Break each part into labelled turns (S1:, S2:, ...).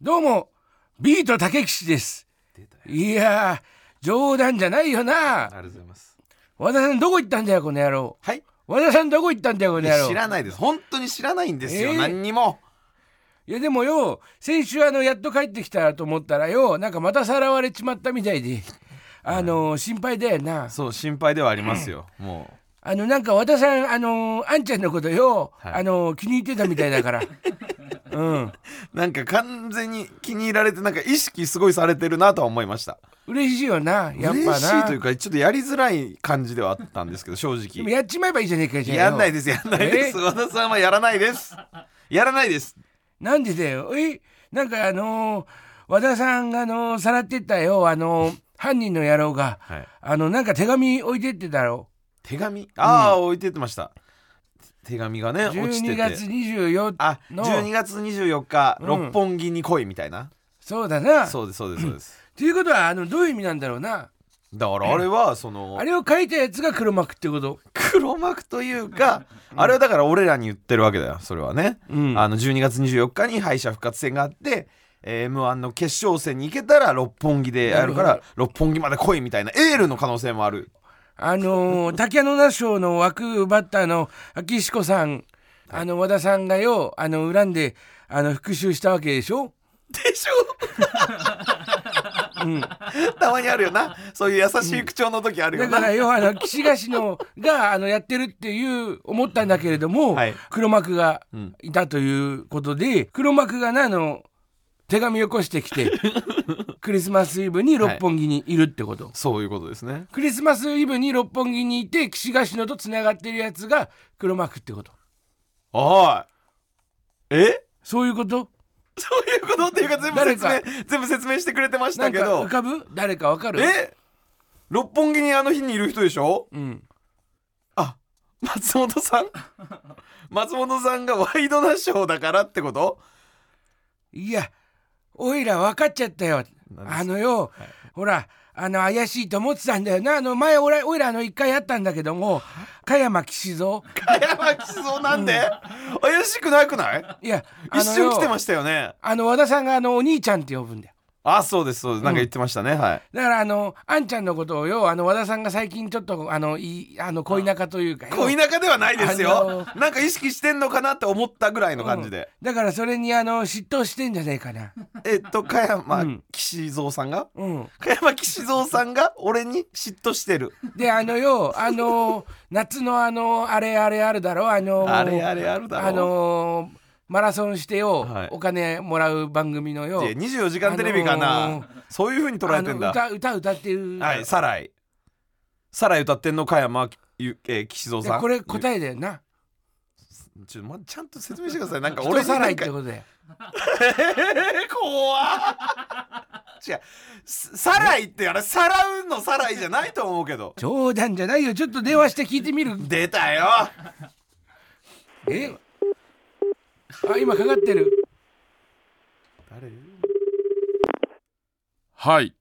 S1: どうもビートたけきしです
S2: 出たよ
S1: いやー冗談じゃないよ
S2: あ
S1: な
S2: りがとうございます
S1: 和田さんどこ行ったんだよこの野郎
S2: はい
S1: 和田さんどこ行ったんだよこの野郎
S2: 知らないです本当に知らないんですよ、
S1: えー
S2: 何にも
S1: いやでもよ先週あのやっと帰ってきたと思ったらよなんかまたさらわれちまったみたいであのー心配だよな
S2: そう心配ではありますよ、も
S1: あのなんか和田さんあのーあんちゃんのことよ、
S2: はい
S1: あのー気に入ってたみたいだから うん
S2: うなんか完全に気に入られてなんか意識すごいされてるなとは思いました
S1: 嬉しいよなやっぱな
S2: 嬉しいというかちょっとやりづらい感じではあったんですけど正
S1: でも
S2: 直
S1: やっちまえばいいじゃねえかじゃあよ
S2: やんないですやんないです、
S1: え
S2: 和田さんはやらないですやらないです
S1: なんでだよえなんかあのー和田さんがあのーさらってったよあのー犯人の野郎が
S2: はい
S1: あのなんか手紙置いてってたろ
S2: 手紙ああ、置いてってました手紙がね落ちて
S1: 12
S2: て
S1: 月24
S2: あ
S1: の
S2: 12月24日、
S1: うん
S2: 六本木に来いみたいな
S1: そうだな
S2: そうですそうですそうです
S1: ということはあのどういう意味なんだろうな
S2: だからあれはその
S1: あれを書いたやつが黒幕ってこと
S2: 黒幕というかあれはだから俺らに言ってるわけだよそれはね、
S1: うん
S2: あの12月24日に敗者復活戦があって、えー、m 1の決勝戦に行けたら六本木でやるか
S1: なる
S2: ら六本木まで来いみたいなエールの可能性もある
S1: あのー、竹野那賞の枠バッターの秋彦さん、あの和田さんがよ、あの恨んで、あの復讐したわけでしょ。
S2: で しょ、たまにあるよなそういう優しい口調の時あるよ
S1: だ
S2: な、
S1: からよ、あの岸菓子のが、あのやってるっていう思ったんだけれども、
S2: はい
S1: 黒幕が
S2: うん
S1: いたということで、黒幕がなあの。手紙をよこしてき てクリスマスイブに六本木にいるってこと、
S2: そういうことですね
S1: クリスマスイブに六本木にいて岸菓子のとつながってるやつが黒幕ってこと
S2: おいえ
S1: そういうこと
S2: そういうことっていうか全部説
S1: 誰
S2: 明全部説明してくれてまし
S1: な
S2: た
S1: ん
S2: け
S1: か浮
S2: ど
S1: かぶ誰かわかる
S2: え六本木にあの日にいる人でしょ
S1: うん
S2: あ松本さん松本さんがワイドナショーだからってこと
S1: いや、おいら分かっちゃったよ。
S2: 何です
S1: あのよ、ほら、あの怪しいと思ってたんだよな。あの前、おら、おいらあの一回やったんだけども、加山騎士蔵。
S2: 早巻きそうなんで、怪しくなくない
S1: いや、あ
S2: 一
S1: の
S2: 瞬来てま
S1: し
S2: したよね
S1: た。あの和田さんがあのお兄ちゃんって呼ぶんだよ。
S2: あそうですそうですなんか言ってましたね、はい
S1: だからあのあんちゃんのことをよあの和田さんが最近ちょっとあのいいあの恋仲というかよ
S2: 恋仲ではないです
S1: あの
S2: よなんか意識してんのかなって思ったぐらいの感じで、
S1: だからそれにあの嫉妬してんじゃねえかな
S2: えっと加
S1: う
S2: 山
S1: ん
S2: 岸蔵さんが
S1: うん
S2: 加山岸蔵さんが俺に嫉妬してる
S1: であのよあ の夏のあのあれあれあるだろあの
S2: あれあれあるだろ
S1: あのーマラソンしてよ、
S2: はい
S1: お金もらう番組のよ
S2: いや24時間テレビかな、
S1: あのー
S2: そういう風に捉えてんだ
S1: あの歌歌歌ってる、
S2: はい、サライ。サライ歌ってんの加山ゆ、えー、岸蔵
S1: で
S2: さん。
S1: これ
S2: え。
S1: 答えだよな
S2: ちょ、ま、ちゃんと説明してください。なんか
S1: 人
S2: 俺に
S1: さら
S2: ない
S1: っ
S2: んか
S1: て。ことだよ
S2: えー、怖 っ。違う。すサライってあれ、さらうのサライじゃないと思うけど。
S1: 冗談じゃないよちょっと電話して聞いてみる
S2: 出たよ。
S1: えあ今かかってる
S2: 誰
S3: はい。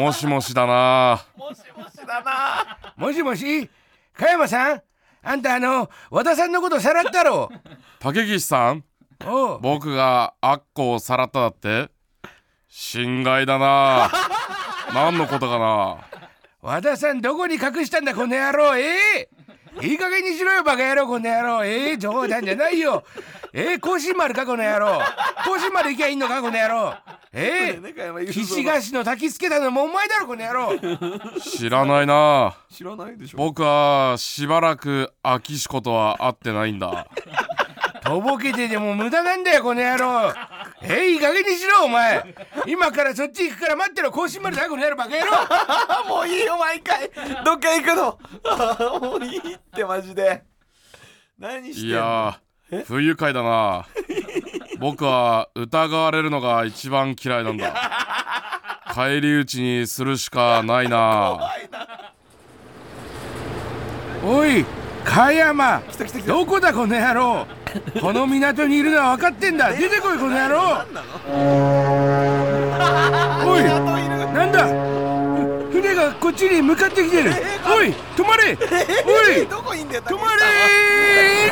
S3: もしもしだな。
S2: もしもしだな。
S1: もしもし加山さんあんたあの和田さんのことさらったろ
S3: 竹岸さん、
S1: おう
S3: 僕がアッコをさらっただって侵害だな。何のことかな。
S1: 和田さんどこに隠したんだこの野郎ええいい加減にしろよバカ野郎この野郎ええ冗談じゃないよええ甲子園丸かこの野郎甲子園丸行きゃいいのかこの野郎え
S2: ね加山
S1: え
S2: 雄三
S1: 岸菓子の焚きつけたのもお前だろこの野郎
S3: 知らないな。
S2: 知らないでしょ。
S3: 僕はしばらく秋志子とは会ってないんだ。
S1: とぼけてでも無駄なんだよこの野郎ええいい加減にしろお前今からそっち行くから待ってろ甲子園丸だこの野郎バカ野郎
S2: あ、もういいよ、毎回。どっか行くの。 あもういいって、マジで。何してんの
S3: いやー、不愉快だな。僕は疑われるのが一番嫌いなんだ。返り討ちにするしかないな。
S1: おい加山
S2: た来た来た
S1: どこだこの野郎この港にいるのは分かってんだ出てこいこの野郎
S2: 何なの
S1: おい
S2: あといる。
S1: なんだふ船がこっちに向かってきてるおい止まれおい
S2: どこいんだよ
S1: 止まれ
S2: れ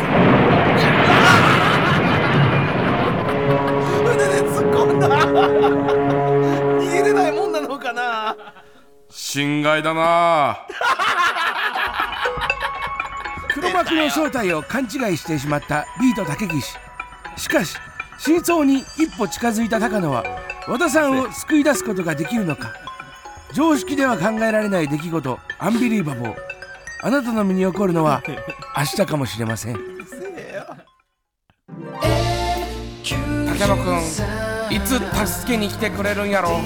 S2: 船で突っ込
S3: 侵害だな
S1: 黒幕の正体を勘違いしてしまったビートたけぎししかし真相に一歩近づいた高野は和田さんを救い出すことができるのか常識では考えられない出来事アンビリーバボーあなたの身に起こるのは明日かもしれません高野くんいつ助けに来てくれるんやろ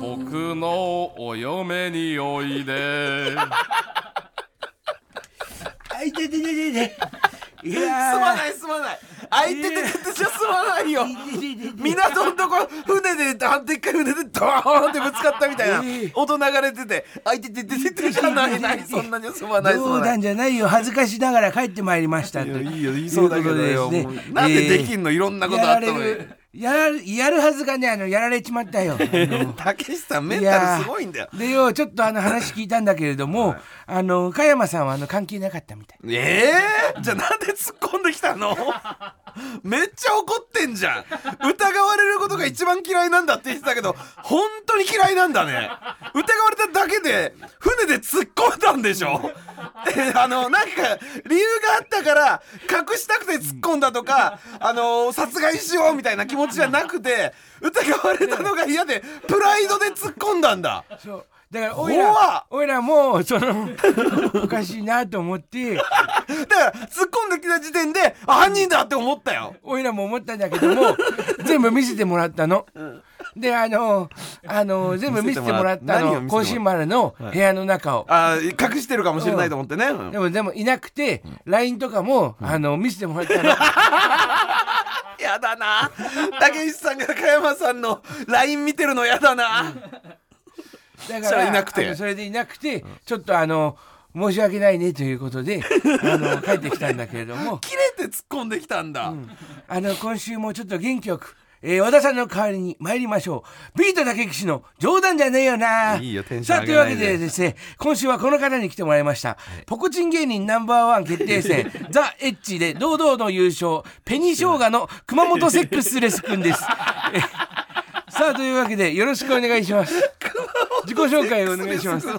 S3: 僕のお嫁においで
S4: あいててててて。いやー。
S2: すまないすまない相手で手じゃすまないよ港のとこ船であでっかい船でドーンってぶつかったみたいな音流れてて相手で出てるじゃないないそんなにはすまないすま
S1: 冗
S2: ない
S1: 談じゃないよ恥ずかしながら帰ってまいりましたと
S2: いいよ言いそうだけどよ
S1: という
S2: も
S1: こと
S2: う
S1: ですね
S2: なんでで
S1: え
S2: き
S1: ー
S2: んのいろんなこと
S1: や
S2: あっ
S1: られ
S2: たのに
S1: るやらやるはずがねあのやられちま ったよあの
S2: たけしさんメン
S1: いや
S2: タ
S1: ー
S2: ルすごいんだよ
S1: でよちょっとあの話聞いたんだけれど も、あの加山さんはあの関係なかったみたい
S2: ええじゃあなんで突っ込んできたのめっちゃ怒ってんじゃん疑われることが一番嫌いなんだって言ってたけど本当に嫌いなんだね疑われただけで船で突っ込んだんでしょえあのなんか理由があったから隠したくて突っ込んだとかあの殺害しようみたいな気持ちじゃなくて疑われたのが嫌でプライドで突っ込んだんだ
S1: そうだからおい
S2: 怖っ
S1: らおいらもうその おかしいなと思って
S2: だから突っ込んできた時点であ犯人だって思ったよ
S1: おいらも思ったんだけども 全部見せてもらったの。であのあの全部見せてもらった
S2: 見せてもらっ何を見せてもら
S1: の
S2: っ
S1: 甲子
S2: た
S1: 園丸の部屋の中を。
S2: あー隠してるかもしれないと思ってね、うん
S1: でもでもいなくて LINE とかも、あの見せてもらったの
S2: やだな竹内さんが加山さんの LINE 見てるのやだ
S1: だ
S2: なそ
S1: か
S2: れ
S1: ら
S2: いなくて
S1: あのそれでいなくて、ちょっとあの申し訳ないねということ であの帰ってきたんだけれども
S2: 切れて突っ込んできたんだ、
S1: あの今週もちょっと元気よく、えー和田さんの代わりに参りましょうビートたけきしの冗談じゃねえよない
S2: い
S1: い
S2: よテンション
S1: さあ
S2: 上
S1: とい
S2: げ
S1: うわ
S2: ない
S1: け
S2: で
S1: でですね今週はこの方に来てもらいました、ポコチン芸人ナンバーワン決定 戦ザ・エッチで堂々の優勝ペニショウガの熊本セックスレス君 です、えーさあというわけでよろしくお願いします自己紹介をお願いしますは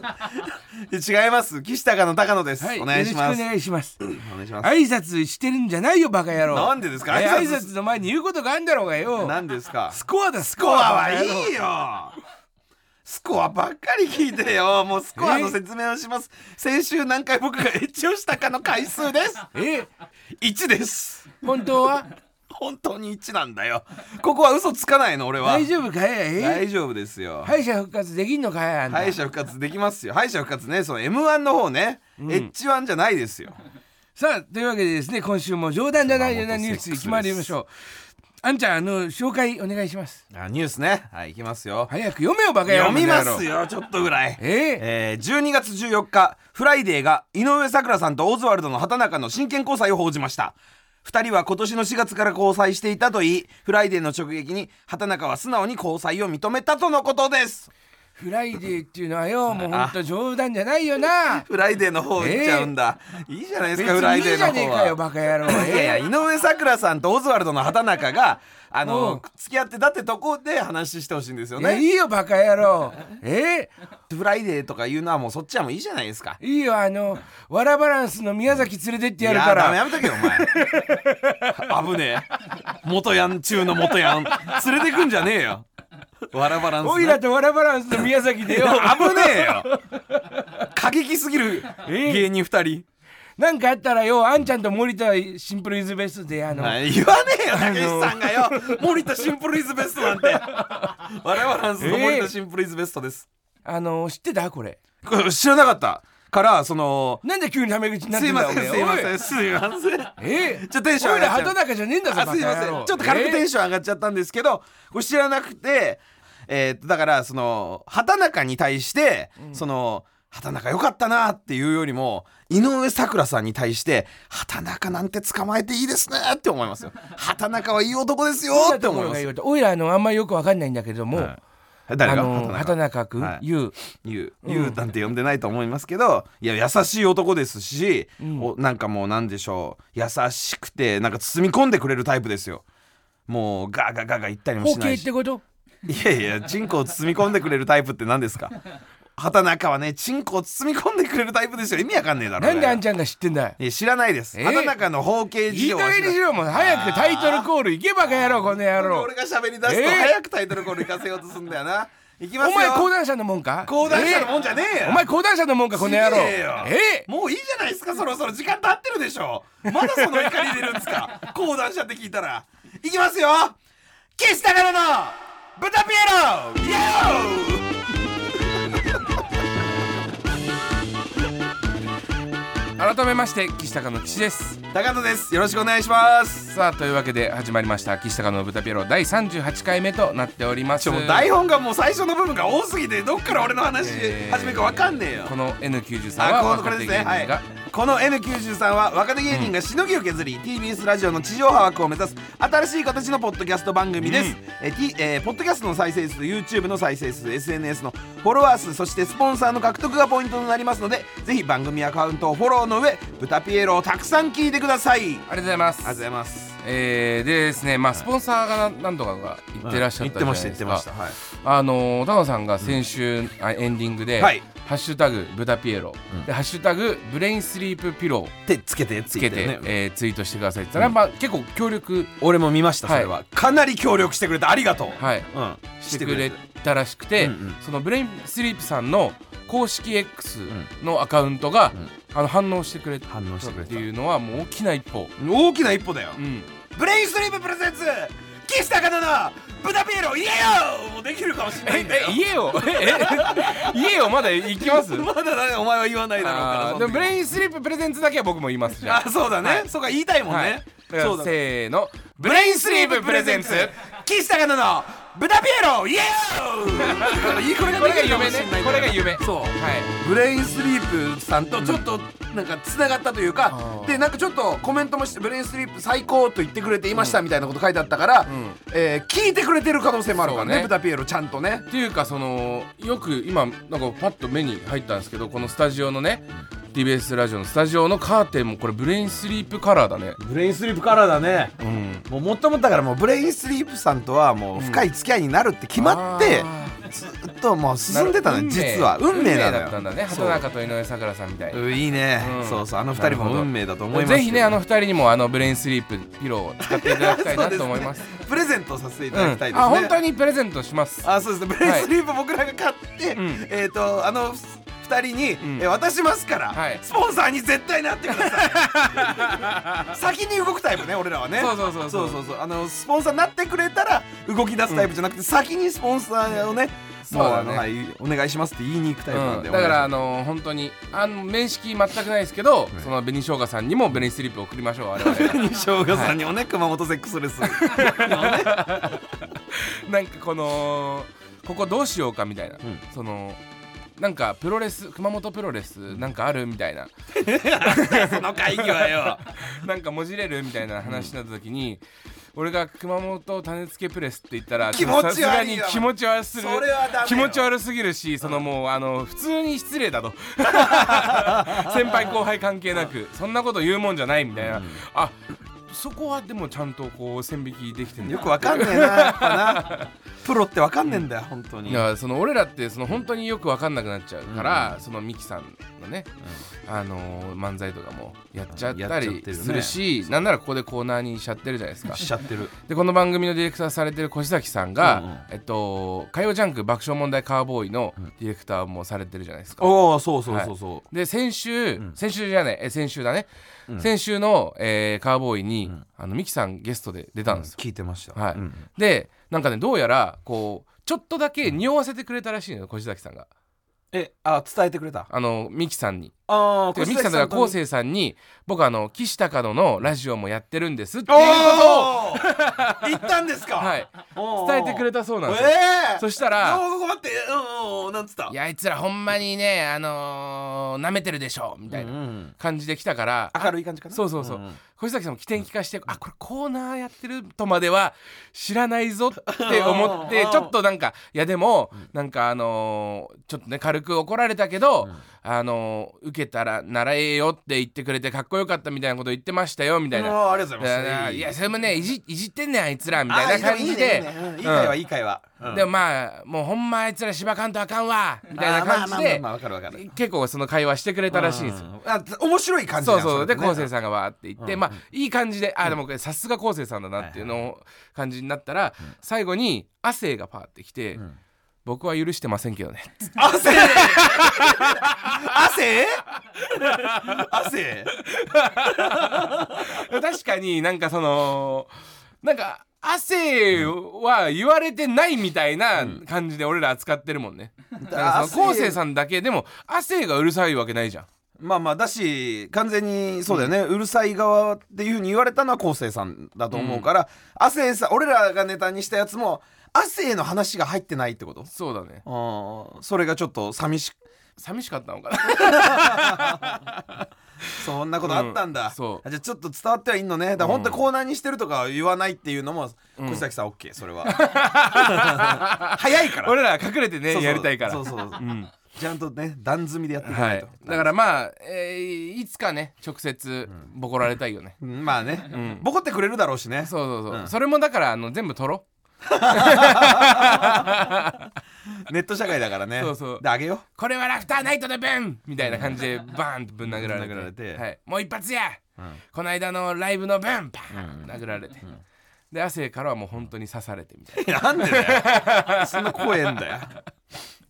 S2: 違 います岸高の高野です、
S1: い
S2: お願いしま
S1: よろ
S2: す
S1: しくお願いします
S2: お願いします
S1: 挨拶してるんじゃないよバカ野郎
S2: なんでですか
S1: え
S2: 挨
S1: 挨
S2: 拶
S1: 拶の前に言うことがあんだろうがよ
S2: 何ですかス
S1: スコアだスコ
S2: コ
S1: ア
S2: アはいいよスコアばっかり聞いてよもうスコアの説明をします先週何回僕がエッチをしたかの回 数です
S1: え
S2: 1です
S1: 本当 は
S2: 本当に1なんだよここは嘘つかないの俺は
S1: 大丈夫かいえ
S2: 大丈夫ですよ
S1: 敗者復活できんのかいあんた
S2: 敗者復活できますよ敗者復活ねその m 1の方ね、エッジ1じゃないですよ
S1: さあというわけでですね今週も冗談じゃないようなニュースに決まりましょうあんちゃんあの紹介お願いします
S2: あニュースねはいいきますよ、
S1: 早く読めよバカ野郎
S2: 読みま
S1: この
S2: す
S1: 野郎
S2: よちょっとぐらい
S1: え
S2: えー12月14日フライデーが井上咲楽さんとオズワルドの畑中の真剣交際を報じました2人は今年の4月から交際していたといいフライデーの直撃に畑中は素直に交際を認めたとのことです
S1: フライデーっていうのはよもうほんと冗談じゃないよな
S2: フライデーの方行っちゃうんだ、いいじゃないです
S1: 別
S2: かフライ
S1: にい
S2: デ
S1: い
S2: ー
S1: じゃ
S2: の
S1: ねえ
S2: 方
S1: か
S2: は
S1: よバカ野郎
S2: いやいや
S1: え
S2: 井上咲楽さんとオズワルドの畑中があ
S1: う
S2: の
S1: ん
S2: 付き合ってたってとこで話してほしいんですよ
S1: いやい
S2: ね。
S1: いよバカ野郎え
S2: フライデーとかいうのはもうそっちはもういいじゃないですか。
S1: いいよあのわらバランスの宮崎連れてってやる
S2: い
S1: か
S2: やダメ
S1: ら
S2: やめとけよ お前。危ねえ。元ヤン中の元ヤン連れてくんじゃねえよ。わらバランスな。
S1: おいらとわらバランスの宮崎でよ
S2: 危ねえよ。過激すぎる芸人二人。
S1: なんかあったらよあんちゃんと森田シンプルイズベストであの、
S2: はい言わねえよ竹内さんがよ森田シンプルイズベスト なんて。わらバランスの森田シンプルイズベストです。
S1: あの知ってたこれ
S2: これ知らなかったからその
S1: なんで急にタメ口になっ
S2: す
S1: て
S2: い
S1: んだ
S2: ま
S1: よ
S2: せんすいませ
S1: お
S2: んすいません
S1: ええ
S2: ちょテンション
S1: お
S2: 上
S1: い
S2: が
S1: ら
S2: っちゃ
S1: 畑
S2: う
S1: 中じゃねえんだぞ
S2: あすいませんちょっと軽くテン
S1: シ
S2: ション上がっちゃったんですけどこれ知らなくてえーっとだからその畑中に対してその畑中良かったなっていうよりも井上咲楽さんに対して畑中なんて捕まえていいですねって思いますよ畑中はいい男ですよって思いますよ
S1: おいらあのあんまりよくわかんないんだけども、
S2: はい
S1: あ
S2: 誰が
S1: の
S2: 畑中
S1: 畑中君、
S2: はい
S1: ゆう
S2: ゆうゆうなんて呼んでないと思いますけどいや優しい男ですし、おなんかもうなんでしょう優しくてなんか包み込んでくれるタイプですよもうガーガーガーガー言ったりも
S1: 包
S2: しな
S1: 茎
S2: い
S1: っ
S2: して
S1: こと
S2: いやいやチンコを包み込んでくれるタイプって何ですか畑中はねチンコを包み込んでくれるタイプですよ意味わかんねえだろ、ね、
S1: なんであんちゃんが知ってんだよ
S2: いや知らないです、
S1: えー
S2: 畑中の包茎
S1: い
S2: 事
S1: い
S2: 情
S1: 加
S2: は知
S1: 減に
S2: らな
S1: し
S2: い
S1: ろもう早くタイトルコールいけばかやろこの野郎
S2: 俺が喋り出すと
S1: えー
S2: 早くタイトルコール行かせようとすんだよな行きます
S1: お
S2: よ
S1: 前講談社のもんか
S2: 講談社のもんじゃねえよ
S1: お前講談社のもんかこの野郎
S2: ちげえよ
S1: え
S2: もういいじゃないですかそろそろ時間経ってるでしょまだその怒り出るんで すか講談社って聞いたらいきますよ岸田からの豚ピエロイエ
S1: 改めまして岸高の岸です
S2: ーイ高野ですよろしくお願いします
S1: さあというわけで始まりました岸高の豚ピエロ第38回目となっております
S2: ちょもう台本がもう最初の部分が多すぎてどっから俺の話
S1: えー
S2: 始めるかわかんねえよ
S1: この N93
S2: あこ
S1: は
S2: のこれ
S1: 若手
S2: です
S1: 芸
S2: ね、
S1: 人
S2: はい
S1: が、
S2: この N93 は若手芸人がしのぎを削り、TBS ラジオの地上波枠を目指す新しい形のポッドキャスト番組です、え T えーポッドキャストの再生数 YouTube の再生数 SNS のフォロワー数そしてスポンサーの獲得がポイントとなりますのでぜひ番組アカウントをフォローの上「ブタピエロ」をたくさん聞いてくださいありが
S1: ありがとうございます
S2: とうございます
S1: えー、でですね、まあ、スポンサーが何度かが言ってらっしゃったじゃないですか、
S2: 言ってました言ってまし
S1: あのー高野さんが先週、あエンディングで「
S2: はい
S1: ハッシュタグブタピエロ」で「ハッシュタグブレインスリープピロー
S2: た、はい、手つけてつ
S1: つけて、えーツイートしてください」って言ったら、まあ、結構協力、
S2: 俺も見ました
S1: はい
S2: それは、かなり協力してくれたありがとう、
S1: はい、
S2: うん
S1: してくれたらしくて、
S2: うんうん
S1: そのブレインスリープさんの公式 X のアカウントが、あの反応してくれた
S2: 反応してくれ
S1: ったていうのはもう大きな一歩。
S2: 大きな一歩だよ、
S1: うん
S2: ブレインストリームプレゼンツ岸高菜の豚ピエロ言えよもうできるかもしれないんだよ
S1: え 言えよえ言えよまだ行きます
S2: まだだねお前は言わないだろうか ら
S1: あー
S2: そん
S1: で
S2: な
S1: もブレインスリーププレゼンツだけは僕も言いますじゃあ
S2: あそうだね、そうか言いたいもんね、
S1: はいだか
S2: そ
S1: ら
S2: うだ
S1: せーのブ
S2: ブ
S1: レインスリーププレゼンツ
S2: 岸高菜の豚ピエロ言えよいいこれ
S1: これが
S2: できるかも
S1: 夢
S2: し
S1: ね
S2: んないんだよ
S1: これが夢
S2: そう
S1: は
S2: ブレインスリープさんとちょっとなんかつながったというか、
S1: あー
S2: でなんかちょっとコメントもして「ブレインスリープ最高」と言ってくれていましたみたいなこと書いてあったから、
S1: ん
S2: えー聞いてくれてる可能性もあるからね
S1: そうね
S2: 豚ピエロちゃんとね
S1: いっていうかそのよく今なんかパッと目に入ったんですけどこのスタジオのね TBS ラジオのスタジオのカーテンもこれブレインスリープカラーだね
S2: ブレインスリープからだね
S1: うん
S2: もうもっともだからもうブレインスリープさんとはもう深い付き合いになるって決まって、ずっともう進んでたのよ実は運命なの
S1: だったんだね
S2: そう
S1: 畑中と井上咲楽さんみたいに
S2: うんいいね、
S1: うん
S2: そうそうあの二人も運命だと思います
S1: ぜひねあ
S2: の
S1: の二人にもあのブレインスリープピローを使っていただきたいなと思います
S2: プレゼントさせていただきたいですね、
S1: あ本当にプレゼントします
S2: あそうですねブレインスリープ僕らが買って、
S1: うん
S2: えっ、とあの二人に、
S1: ん
S2: え渡しますから、
S1: はい
S2: スポンサーに絶対なってくだ さい先に動くタイプね俺らはね
S1: そうそうそう
S2: そ
S1: そうう
S2: そうそうあのスポンサーになってくれたら動き出すタイプじゃなくて、先にスポンサーをね、もう
S1: そうだ
S2: あ
S1: ね
S2: のはいお願いしますって言いに行くタイプなんで、
S1: うん、だからあ
S2: お願いし
S1: の本当にあの面識全くないですけど、その紅生姜さんにもベニスリップ送りましょう我々
S2: ます西岡さんにもね、熊本セックス レス
S1: なんかこのここどうしようかみたいな、そのなんかプロレス熊本プロレスなんかあるみたいな
S2: その会議はよ
S1: なんかもじれるみたいな話になった時に、俺が熊本種付けプレスって言ったら
S2: 気持ち悪いよ
S1: さすがに気持ち悪する
S2: それはダメよ
S1: 気持ち悪すぎるしそのもうあの普通に失礼だ と先輩後輩関係なくそんなこと言うもんじゃないみたいな、あそこはでもちゃんとこう線引きできてるんだ
S2: よくわかんねえなやっぱなプロってわかんねえんだよ本当に
S1: いやその俺らってその本当によく分かんなくなっちゃうから、そのミキさんのね、あのー漫才とかもやっちゃっ
S2: や
S1: た
S2: っちゃっ
S1: り
S2: てるね
S1: するしなんならここでコーナーにしちゃってるじゃないですか
S2: しちゃってる
S1: でこの番組のディレクターされてる越崎さんが、えっと「火曜ジャンク爆笑問題カーボーイ」のディレクターもされてるじゃないですか。
S2: おおそうそうそうそう、
S1: で先週、先週じゃないえ先週だね、先週の、えーカーボーイに、あのミキさんゲストで出たんですよ。
S2: 聞いてました、
S1: はい
S2: うん
S1: でなんかねどうやらこうちょっとだけ匂わせてくれたらしいのよ越崎さんが。
S2: えあ伝えてくれた
S1: あのミキさんに。
S2: あ
S1: てかミキさんとか昴生さんに僕あの岸高野のラジオもやってるんですって
S2: お
S1: いうことを、
S2: おー 言ったんですか、
S1: はい、
S2: おー
S1: 伝えてくれたそうなんですよ。
S2: ええ
S1: そしたら
S2: おー待ってうんうんうんなんつった
S1: いやあいつらほんまにねあのー、舐めてるでしょみたい
S2: うんう
S1: なん感じで来たから、
S2: 明るい感じかな
S1: そうそうそう、
S2: んん
S1: 小崎さんも起点聞かして、あこれコーナーやってるとまでは知らないぞって思って
S2: うん
S1: ちょっとなんかいやでもなんかあのー、ちょっとね軽く怒られたけど、あのー、受受けたらならええよって言ってくれてかっこよかったみたいなこと言ってましたよみたいな。
S2: もうありがとうございます。
S1: いやそれもねいじいじってんねんあいつらみ
S2: あ
S1: た
S2: ー
S1: いな感じ
S2: いいね
S1: で
S2: いいねうんいい会話いい会話。うん
S1: でもまあもうほんまあいつら芝かんとあかんわみたいな感じ
S2: あー
S1: で
S2: まあまあまあまあわかるわかる。
S1: 結構その会話してくれたらしいんですよ。
S2: うん。あ面白い感じ
S1: そ
S2: なん
S1: うそうで
S2: れね
S1: 昴生さんがわーって言って、まあいい感じであでもこれさすが昴生さんだなっていうのを感じになったら、最後に亜生がパーってきて、僕は許してませんけどね」
S2: 汗汗汗
S1: 確かになんかそのなんか汗は言われてないみたいな感じで俺ら扱ってるもんね。だからその昴生さんだけでも汗がうるさいわけないじゃん。
S2: まあまあだし完全にそうだよね、うるさい側っていうふうに言われたのは昴生さんだと思うから、亜生さん俺らがネタにしたやつも亜生の話が入ってないってこと
S1: そうだね。
S2: あーそれがちょっと寂しく
S1: 寂しかったのかな。
S2: そんなことあったんだ、
S1: うんそう
S2: あじゃあちょっと伝わってはいいのねだから本当にコーナーにしてるとか言わないっていうのも、越崎さん OK それは早いから
S1: 俺ら隠れてね
S2: そうそ う
S1: やりたいから。
S2: そうそう、
S1: ん
S2: ちゃんとね段積みでやっていか
S1: は
S2: ない
S1: い
S2: と、、
S1: だからまあ、えーいつかね直接ボコられたいよね、
S2: うんまあね、ボコってくれるだろうしね
S1: そうそうそう、それもだからあの全部取ろ
S2: ネット社会だからね
S1: そうそう
S2: であげよう
S1: うこれはラフターナイトの分みたいな感じでバーンとぶん殴られて
S2: ぶん殴られて
S1: はい、もう一発や、この間のライブの分パーン殴られて、で亜生からはもう本当に刺されてみたい
S2: なんでだよ。 そんな怖えんだよ。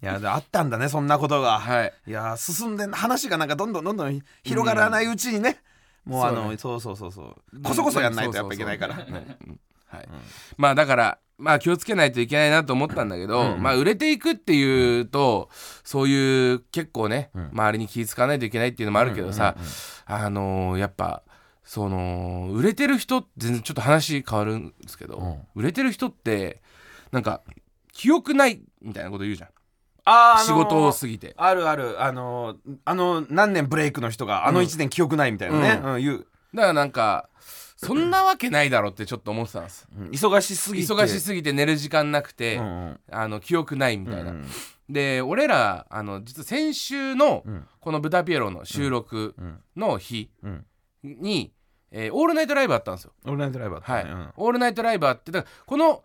S2: いや、であったんだね、そんなことが。
S1: なはい
S2: いや、進んでん、話がなんかどんどんどんどん広がらないうちにね。もうあの、そうそうそうそう。こそこそやんないとやっぱいけないから。
S1: はいうんはいまあだからまあ気をつけないといけないなと思ったんだけど、まあ売れていくっていうとそういう結構ね、周りに気使わないといけないっていうのもあるけどさ、あのーやっぱその売れてる人全然ちょっと話変わるんですけど、売れてる人ってなんか記憶ないみたいなこと言うじゃん、
S2: あ
S1: 仕事を過ぎて。
S2: あるある、あの、あの、何年ブレイクの人が、あの1年記憶ないみたいなね、
S1: う
S2: うん言う。
S1: だからなんかそんなわけないだろうってちょっと思ってたんです
S2: うん忙しすぎて。
S1: 忙しすぎて寝る時間なくて、
S2: うんうん
S1: あの記憶ないみたいな、
S2: うん
S1: で俺らあの実は先週の
S2: ん
S1: この「ブタピエロ」の収録
S2: ん
S1: の日
S2: うん
S1: に、えーオールナイトライブあったんですよ、
S2: オールナイトライブだった
S1: はい
S2: ねうん
S1: オールナイトライブあってだからこの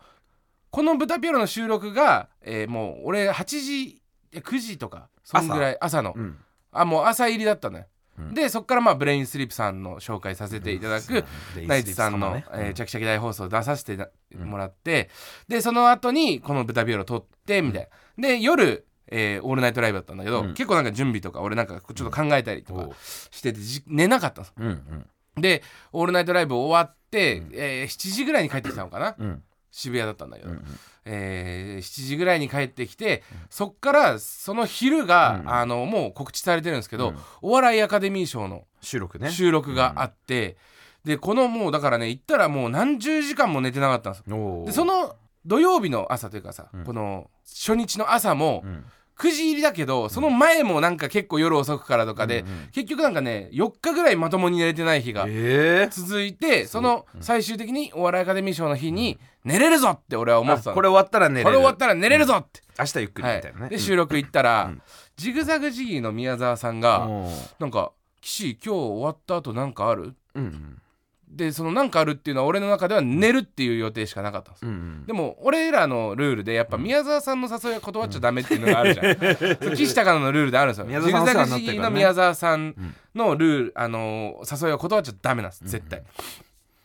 S1: この「ブタピエロ」の収録が、えーもう俺8時いや9時とかそんぐらい朝の、
S2: うん
S1: あもう朝入りだったのよ、
S2: うん
S1: でそっからまあブレインスリープさんの紹介させていただく、ナイツさんの、えー、チャキチャキ大放送出させてなもらって、でその後にこの「豚ビオロ」撮ってみたいなで夜、えーオールナイトライブだったんだけど、
S2: うん
S1: 結構なんか準備とか俺なんかちょっと考えたりと
S2: う
S1: か
S2: ん
S1: してて、じ寝なかったんです
S2: うんうん
S1: でオールナイトライブ終わって、えー7時ぐらいに帰ってきたのかな、
S2: うん
S1: 渋谷だったんだけど、
S2: うんうん
S1: えー7時ぐらいに帰ってきて、そっからその昼が、
S2: うん
S1: あのもう告知されてるんですけど、
S2: うん
S1: お笑いアカデミー賞の
S2: 収録ね。
S1: 収録があって、でこのもうだからね行ったらもう何十時間も寝てなかったんですよ
S2: おー
S1: でその土曜日の朝というかさ、
S2: ん
S1: この初日の朝も
S2: うん
S1: 9時入りだけどその前もなんか結構夜遅くからとかで、
S2: うんうん
S1: 結局なんかね4日ぐらいまともに寝れてない日が
S2: ええ
S1: 続いてその最終的にお笑いアカデミー賞の日に寝れるぞって俺は思ってたの
S2: これ終わったら寝れる
S1: これ終わったら寝れるぞって、
S2: 明日ゆっくり
S1: は
S2: み
S1: い
S2: たいなね、
S1: で収録行ったら、ジグザグジギーの宮沢さんが、
S2: うん
S1: なんか「岸今日終わった後なんかある?」
S2: うん
S1: でそのなんかあるっていうのは俺の中では寝るっていう予定しかなかったんです
S2: う
S1: よ、
S2: ん
S1: でも俺らのルールでやっぱ宮沢さんの誘いは断っちゃダメっていうのがあるじゃん、 そう岸高野のルールであるんですよ
S2: 宮
S1: ジ
S2: 沢さ
S1: グ
S2: んお世
S1: ザグ
S2: 話になって
S1: ジ
S2: る
S1: ギー
S2: か
S1: の
S2: らね
S1: 宮沢さんのルール、あのー誘いは断っちゃダメなんです絶対、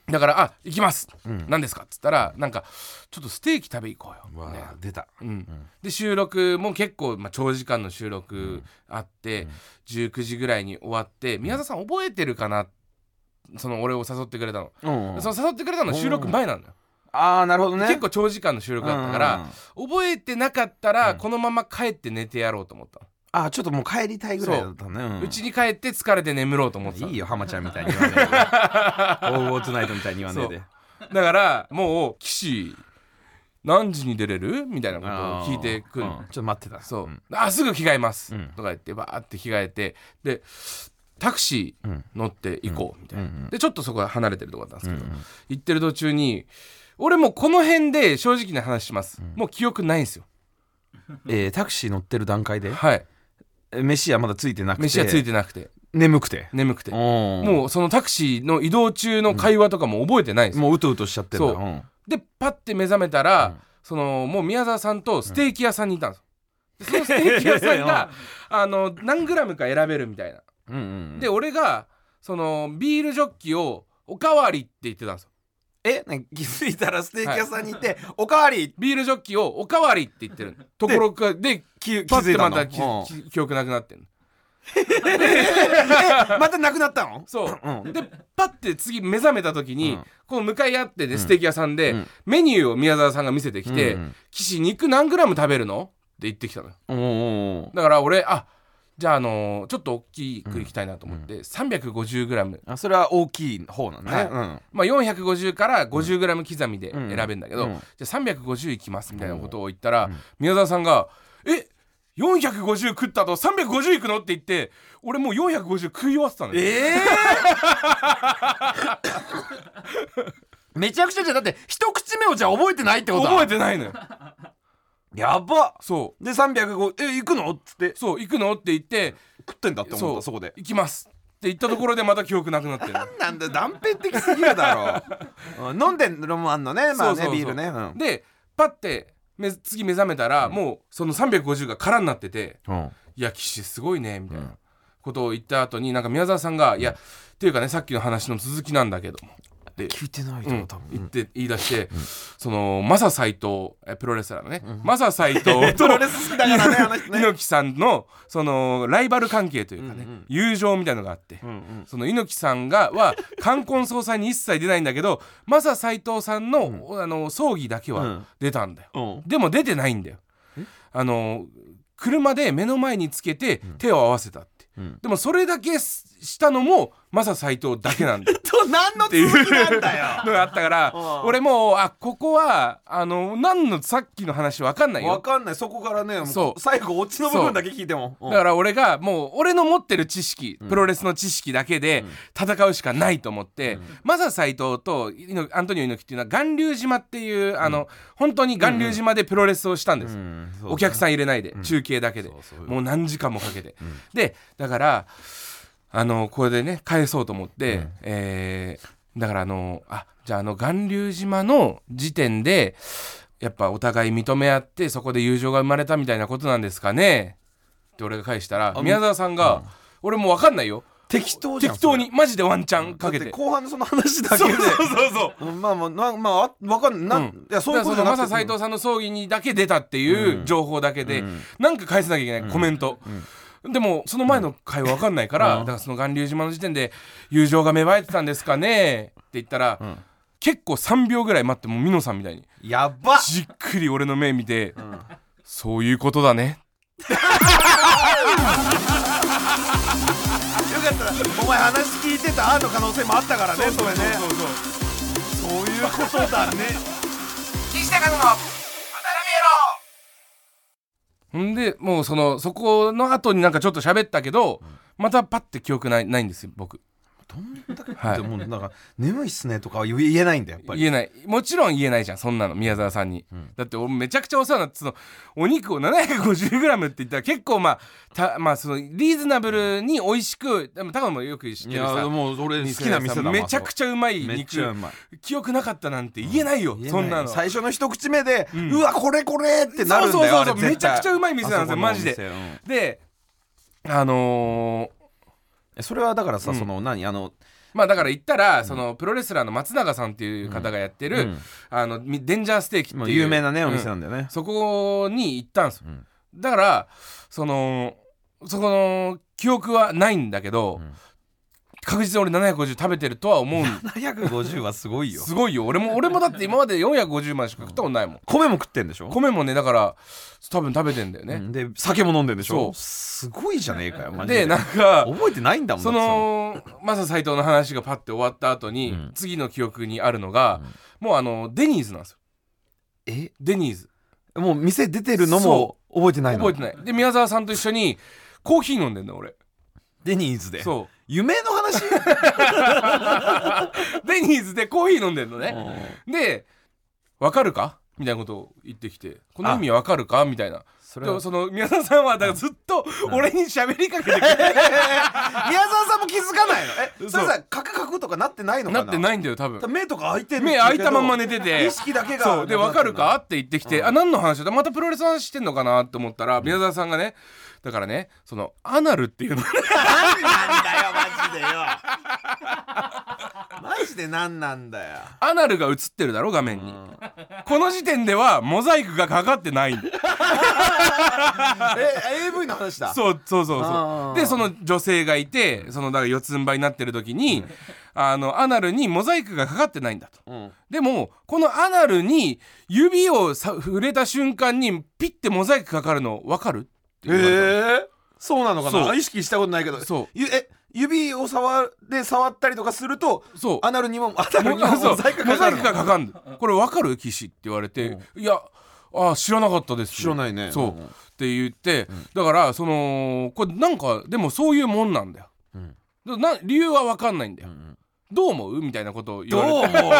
S1: だから「あ行きます、何ですか?」っつったらなんか「ちょっとステーキ食べ行こう
S2: う
S1: よ」
S2: わ
S1: みたいな
S2: あ出た
S1: うん、で収録も結構、まあ、長時間の収録あって、19時ぐらいに終わって宮沢さん覚えてるかなその俺を誘ってくれたの、
S2: うんうん
S1: その誘ってくれたの収録前なんだよ、
S2: ああなるほどね
S1: 結構長時間の収録だったから、
S2: うんうん
S1: 覚えてなかったらこのまま帰って寝てやろうと思った
S2: あーちょっともう帰りたいぐらいだったね
S1: の
S2: ん
S1: うち、に帰って疲れて眠ろうと思ってたの
S2: いいよ浜ちゃんみたいに言わ ねえでオーゴーツナイトみたいに言わねえで
S1: だからもう岸何時に出れるみたいなことを聞いてくる
S2: うんちょっと待ってた
S1: そう、
S2: ん
S1: あすぐ着替えます、
S2: うん
S1: とか言ってバーって着替えてでタクシー乗って行こうみたいな、
S2: うんうん
S1: でちょっとそこが離れてるとこだったんですけど、
S2: うんうん
S1: 行ってる途中に俺もうこの辺で正直な話します、もう記憶ないんですよ
S2: えータクシー乗ってる段階で
S1: はい
S2: 飯はまだついてなくて
S1: 飯はついてなくて
S2: 眠くて
S1: 眠くて
S2: も
S1: もうそのタクシーの移動中の会話とかも覚えてないんですよ、
S2: もううとうとしちゃってんだ
S1: そうんでパッて目覚めたら、
S2: うん
S1: そのもう宮沢さんとステーキ屋さんにいたんですよ、でそのステーキ 屋さんがあの何グラムか選べるみたいな
S2: うんうん
S1: で俺がそのビールジョッキをおかわりって言ってたんですよ
S2: えなんか気づいたらステーキ屋さんに行って「おかわり!
S1: ビールジョッキをおかわりって言ってるところがで」
S2: 気気
S1: パ
S2: づ
S1: ッ
S2: い
S1: て
S2: た
S1: ま
S2: の
S1: たき
S2: うん
S1: き記憶なくなってんの
S2: えまたなくなったの
S1: そう
S2: うん
S1: でパッて次目覚めた時に、
S2: うん
S1: こう向かい合ってね、ステーキ屋さんで、
S2: うん
S1: メニューを宮沢さんが見せてきて「
S2: うん
S1: 岸肉何グラム食べるの?」って言ってきたのよ
S2: うんうんうん
S1: だから俺あじゃあ、あのーちょっと大きくいきたいなと思って、350グラム
S2: あそれは大きい方なんだねうん
S1: まあ、450から50グラム刻みで
S2: うん
S1: 選べんだけど、
S2: うん
S1: じゃあ350いきますみたいなことを言ったら、
S2: ん
S1: 宮沢さんが「え450食ったと350いくの?」って言って俺もう450食い終わってたのよ
S2: ええめちゃくちゃじゃだって一口目をじゃあ覚えてないってこと
S1: 覚え
S2: て
S1: てないのよ
S2: やば
S1: そ
S2: で305え行くのっつって
S1: うそう行くのって言って
S2: 食ってんだって思ったそこで
S1: 行きますって言ったところでまた記憶なくなってる
S2: なんだ断片的すぎるだろうん飲んでるのもあんのねま
S1: そ
S2: あ
S1: うそう
S2: ね
S1: そう
S2: ビールねうん
S1: でパッてめ次目覚めたら、もうその350が空になってて
S2: うん
S1: 「いや岸すごいね」みたいなことを言った後になんか宮沢さんが「いやっていうかねさっきの話の続きなんだけども」
S2: 聞いてない
S1: うん
S2: よ多
S1: 言っ
S2: 分
S1: て言い出して、そのマサ斎藤えプロレスラーのね、マサ斎藤と
S2: プロレス好きだ からねあの人ね
S1: 猪木さんのそのライバル関係というかね、
S2: うんうん
S1: 友情みたいのがあって、
S2: うんうん
S1: その猪木さんがは冠婚葬祭に一切出ないんだけどマサ斎藤さんの,、あの葬儀だけ
S2: う
S1: は
S2: ん
S1: 出たんだよ、
S2: うん
S1: でも出てないんだよあの車で目の前につけて手を合わせたって、
S2: うん
S1: でもそれだけすしたのもマサ斎藤だけなんだよ
S2: と何の続きなんだよ
S1: のがあったから
S2: うん
S1: 俺もうあここはあの何のさっきの話分かんないよ
S2: わかんないそこからねもう
S1: そう
S2: 最後オチの部分だけ聞いてもうん
S1: だから俺がもう俺の持ってる知識、プロレスの知識だけで戦うしかないと思って、マサ斎藤と猪木アントニオ猪木っていうのは巌流島っていうあの、本当に巌流島でプロレスをしたんです、
S2: うんそう
S1: お客さん入れないで、中継だけで
S2: そうそう
S1: もう何時間もかけて、でだからあのこれでね返そうと思って、えーだからあのあじゃああの巌流島の時点でやっぱお互い認め合ってそこで友情が生まれたみたいなことなんですかねって俺が返したら宮沢さんが、俺もう分かんないよ
S2: 適当じゃん
S1: 適当にマジでワンチャン
S2: だ
S1: か
S2: っ
S1: け
S2: て
S1: て。
S2: 後半のその話だけで
S1: そうそう
S2: うんまあまあなまああわかんな
S1: うん
S2: いやそういうこと
S1: だ
S2: じゃ
S1: からそのマ
S2: な
S1: サ
S2: く
S1: 斎
S2: て
S1: 藤さんの葬儀にだけ出たっていう情報だけで、なんか返さなきゃいけない、コメント、でもその前の会話わかんないから、だからその巌流島の時点で友情が芽生えてたんですかねって言ったら、結構3秒ぐらい待ってもうミノさんみたいに
S2: やば
S1: じっくり俺の目見て、そういうことだね
S2: よかったお前話聞いてたあーの可能性もあったからねそれねそういうことだね
S1: 岸田和の渡辺んでもうそのそこの後になんかちょっと喋ったけど、またパッて記憶ないないんですよ僕はい
S2: でもなんか眠いっすねとかは言えないんだやっぱり
S1: 言えないもちろん言えないじゃんそんなの宮沢さんに、だって俺めちゃくちゃお世話になってそのお肉を 750g って言ったら結構まあたまあそのリーズナブルに美味しくでも高野もよく知ってるさ
S2: もう俺好きな店だ
S1: めちゃく
S2: ち
S1: ちゃうまい
S2: めっちゃう
S1: 肉
S2: まい
S1: 記憶なかったなんて言えないよ、そんなの
S2: 最初の一口目で、うわこれこれってなるん
S1: そ
S2: だよ
S1: うそうそう
S2: あれ絶対
S1: めちゃくちゃうまい店なんですよ
S2: あそこのお
S1: マジで
S2: うん
S1: であのー
S2: えそれはだからさ、
S1: うん
S2: その何あの
S1: まあだから言ったら、そのプロレスラーの松永さんっていう方がやってる、
S2: うん
S1: あのみデンジャーステーキってい
S2: も
S1: う
S2: う有名なねお店
S1: うん
S2: なんだよね、
S1: そこに行ったんですよ、
S2: ん
S1: だからそのそこの記憶はないんだけど、
S2: ん
S1: 確実に俺750食べてるとは思う
S2: 750はすごいよ
S1: すごいよ俺も俺もだって今まで450までしか食ったことないもん
S2: 米も食ってんでしょ、
S1: 米もねだから多分食べてんだよ
S2: う
S1: ね、
S2: んで酒も飲んでんでし
S1: そ
S2: ょ
S1: う
S2: すごいじゃねえかよマジで
S1: でなんか
S2: 覚えてないんだもん
S1: そのマサ斎藤の話がパッて終わった後に、
S2: うん
S1: 次の記憶にあるのが、もうあのデニーズなんですよ
S2: だって
S1: デニーズ
S2: えもう店出てるのも覚えてないの
S1: 覚えてないで宮沢さんと一緒にコーヒー飲んでんだ俺
S2: デニーズで
S1: そ
S2: 夢 の話
S1: うデニーズでコーヒー飲んでんのね、で「わかるか?」みたいなことを言ってきて「この意味わかるか?」みたいな
S3: それ
S1: でも
S3: は
S1: その宮沢さんはだからずっと俺に喋りかけてくれて
S2: 宮沢さんも気づかないのえそれさカクカクとかなってないのか
S3: な
S2: な
S3: ってないんだよ多分
S2: 目とか開いてる
S1: 目開いたまんま寝てて
S2: 意識だけが
S1: そうで「分かるか?」って言ってきて「あ何の話だまたプロレスの話してんのかな?」と思ったら宮沢さんがねだからねそのアナルっていうの
S2: 何なんだよマジでよ マジで何なんだよ
S1: アナルが映ってるだろ画面に、この時点ではモザイクがかかってないんだ
S2: え AV の話だ
S1: そうそうそうそ
S2: あ
S1: う
S2: ー
S1: でその女性がいてそのだから四つん這いになってる時にあのアナルにモザイクがかかってないんだと。
S2: うん
S1: でもこのアナルに指をさ触れた瞬間にピッてモザイクかかるの分かるって
S2: え
S1: 言われたの
S2: ー、そうなのか
S1: そ
S2: な
S1: う
S2: 意識したことないけど
S1: そう
S2: ゆえ指を触で触ったりとかすると
S1: そう
S2: アナルにもアナルにも
S1: もそう
S2: モザイクかかる
S1: モザイクがかかんのこれ分かる騎士って言われて「いやあ知らなかったです」
S2: 知らないね
S1: そう、
S2: うん
S1: って言って、だからそのこれなんかでもそういうもんなんだよ、
S2: ん
S1: だからな理由は分かんないんだよ、どう思うみたいなことを言
S2: どう
S1: われ
S2: も
S1: て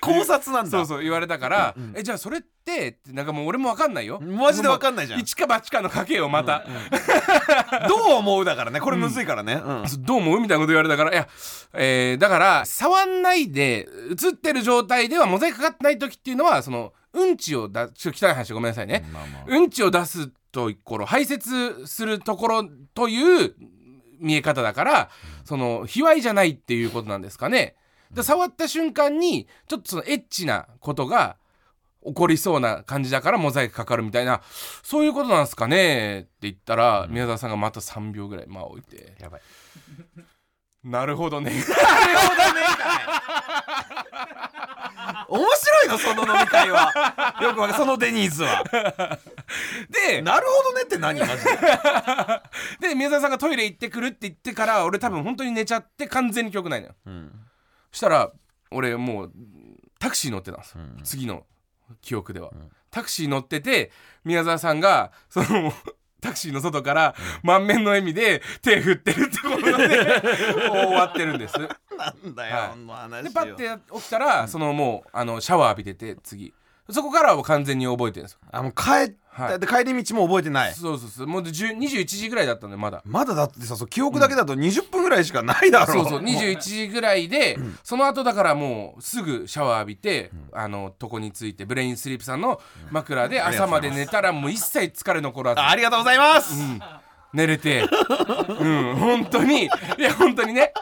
S2: 考察な んだ
S1: そうそう言われたから、えじゃあそれってってなんかもう俺も分かんないよ
S2: マジで分かんないじゃん
S1: 一か八かの賭けよまた、
S2: どう思うだからねこれむずいからね、うん
S1: そうどう思うみたいなこと言われたからいや、えーだから触んないで映ってる状態ではモザイクかかってない時っていうのはそのうんちを出ちょっと汚い話でごめんなさいね、うんちを出すところ排泄するところという見え方だからその卑猥じゃないっていうことなんですかね。で触った瞬間にちょっとそのエッチなことが起こりそうな感じだからモザイクかかるみたいなそういうことなんですかねって言ったら、宮沢さんがまた3秒ぐらい間を置いて
S2: やばい
S1: なるほど ね
S2: 面白いのその飲み会はよくわかるそのデニーズは
S1: で
S2: なるほどねって何マジで
S1: で宮沢さんがトイレ行ってくるって言ってから俺多分本当に寝ちゃって完全に記憶ないのよ、そしたら俺もうタクシー乗ってたんですよ、次の記憶では、タクシー乗ってて宮沢さんがその タクシーの外から満面の笑みで手振ってるってこと でこう終わってるんです
S2: なんだ
S1: はい
S2: よこの話
S1: で
S2: よ
S1: パッて起きたらそのもうあのシャワー浴びてて次そこからは完全に覚えてるんですよ
S2: あもう帰っ
S1: はい
S2: たで帰り道も覚えてない
S1: そうそうそうもう10 21時ぐらいだったんでまだ
S2: まだだってさそう記憶だけだと20分ぐらいしかないだろ
S1: そうそう21時ぐらいでその後だからもうすぐシャワー浴びて、あの床についてブレインスリープさんの枕で朝まで寝たらもう一切疲れ残らず
S2: あありがとうございます、
S1: 寝れてうん本当にいや本当にね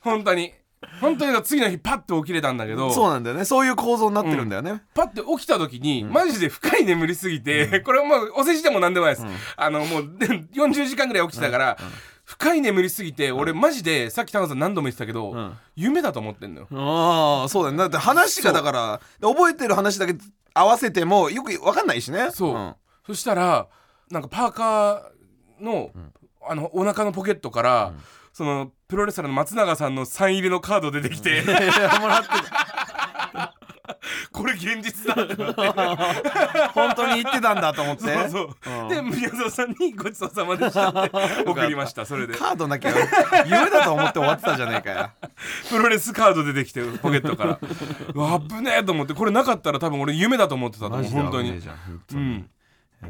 S1: 本当に本当に次の日パッと起きれたんだけど
S2: そうなんだよねそういう構造になってるんだよね、
S1: パッて起きた時に、マジで深い眠りすぎて、これもうお世辞でも何でもないです、あのもうで40時間ぐらい起きてたから、深い眠りすぎて俺マジでさっき田中さん何度も言ってたけど、夢だと思ってんのよ
S2: ああそうだよねだって話がだから覚えてる話だけ合わせてもよく分かんないしね
S1: そう、
S2: ん
S1: そしたらなんかパーカーの,、あのお腹のポケットから、そのプロレスラーの松永さんのサイン入りのカード出てきて これ現実だってな って
S2: 本当に言ってたんだと思って
S1: そうそう、で宮沢さんに「ごちそうさまでした」って 送りましたそれで
S2: カードなきゃ夢だと思って終わってたじゃねえかよ
S1: プロレスカード出てきてポケットからう わ危ねえと思ってこれなかったら多分俺夢だと思ってたと思う本当にうん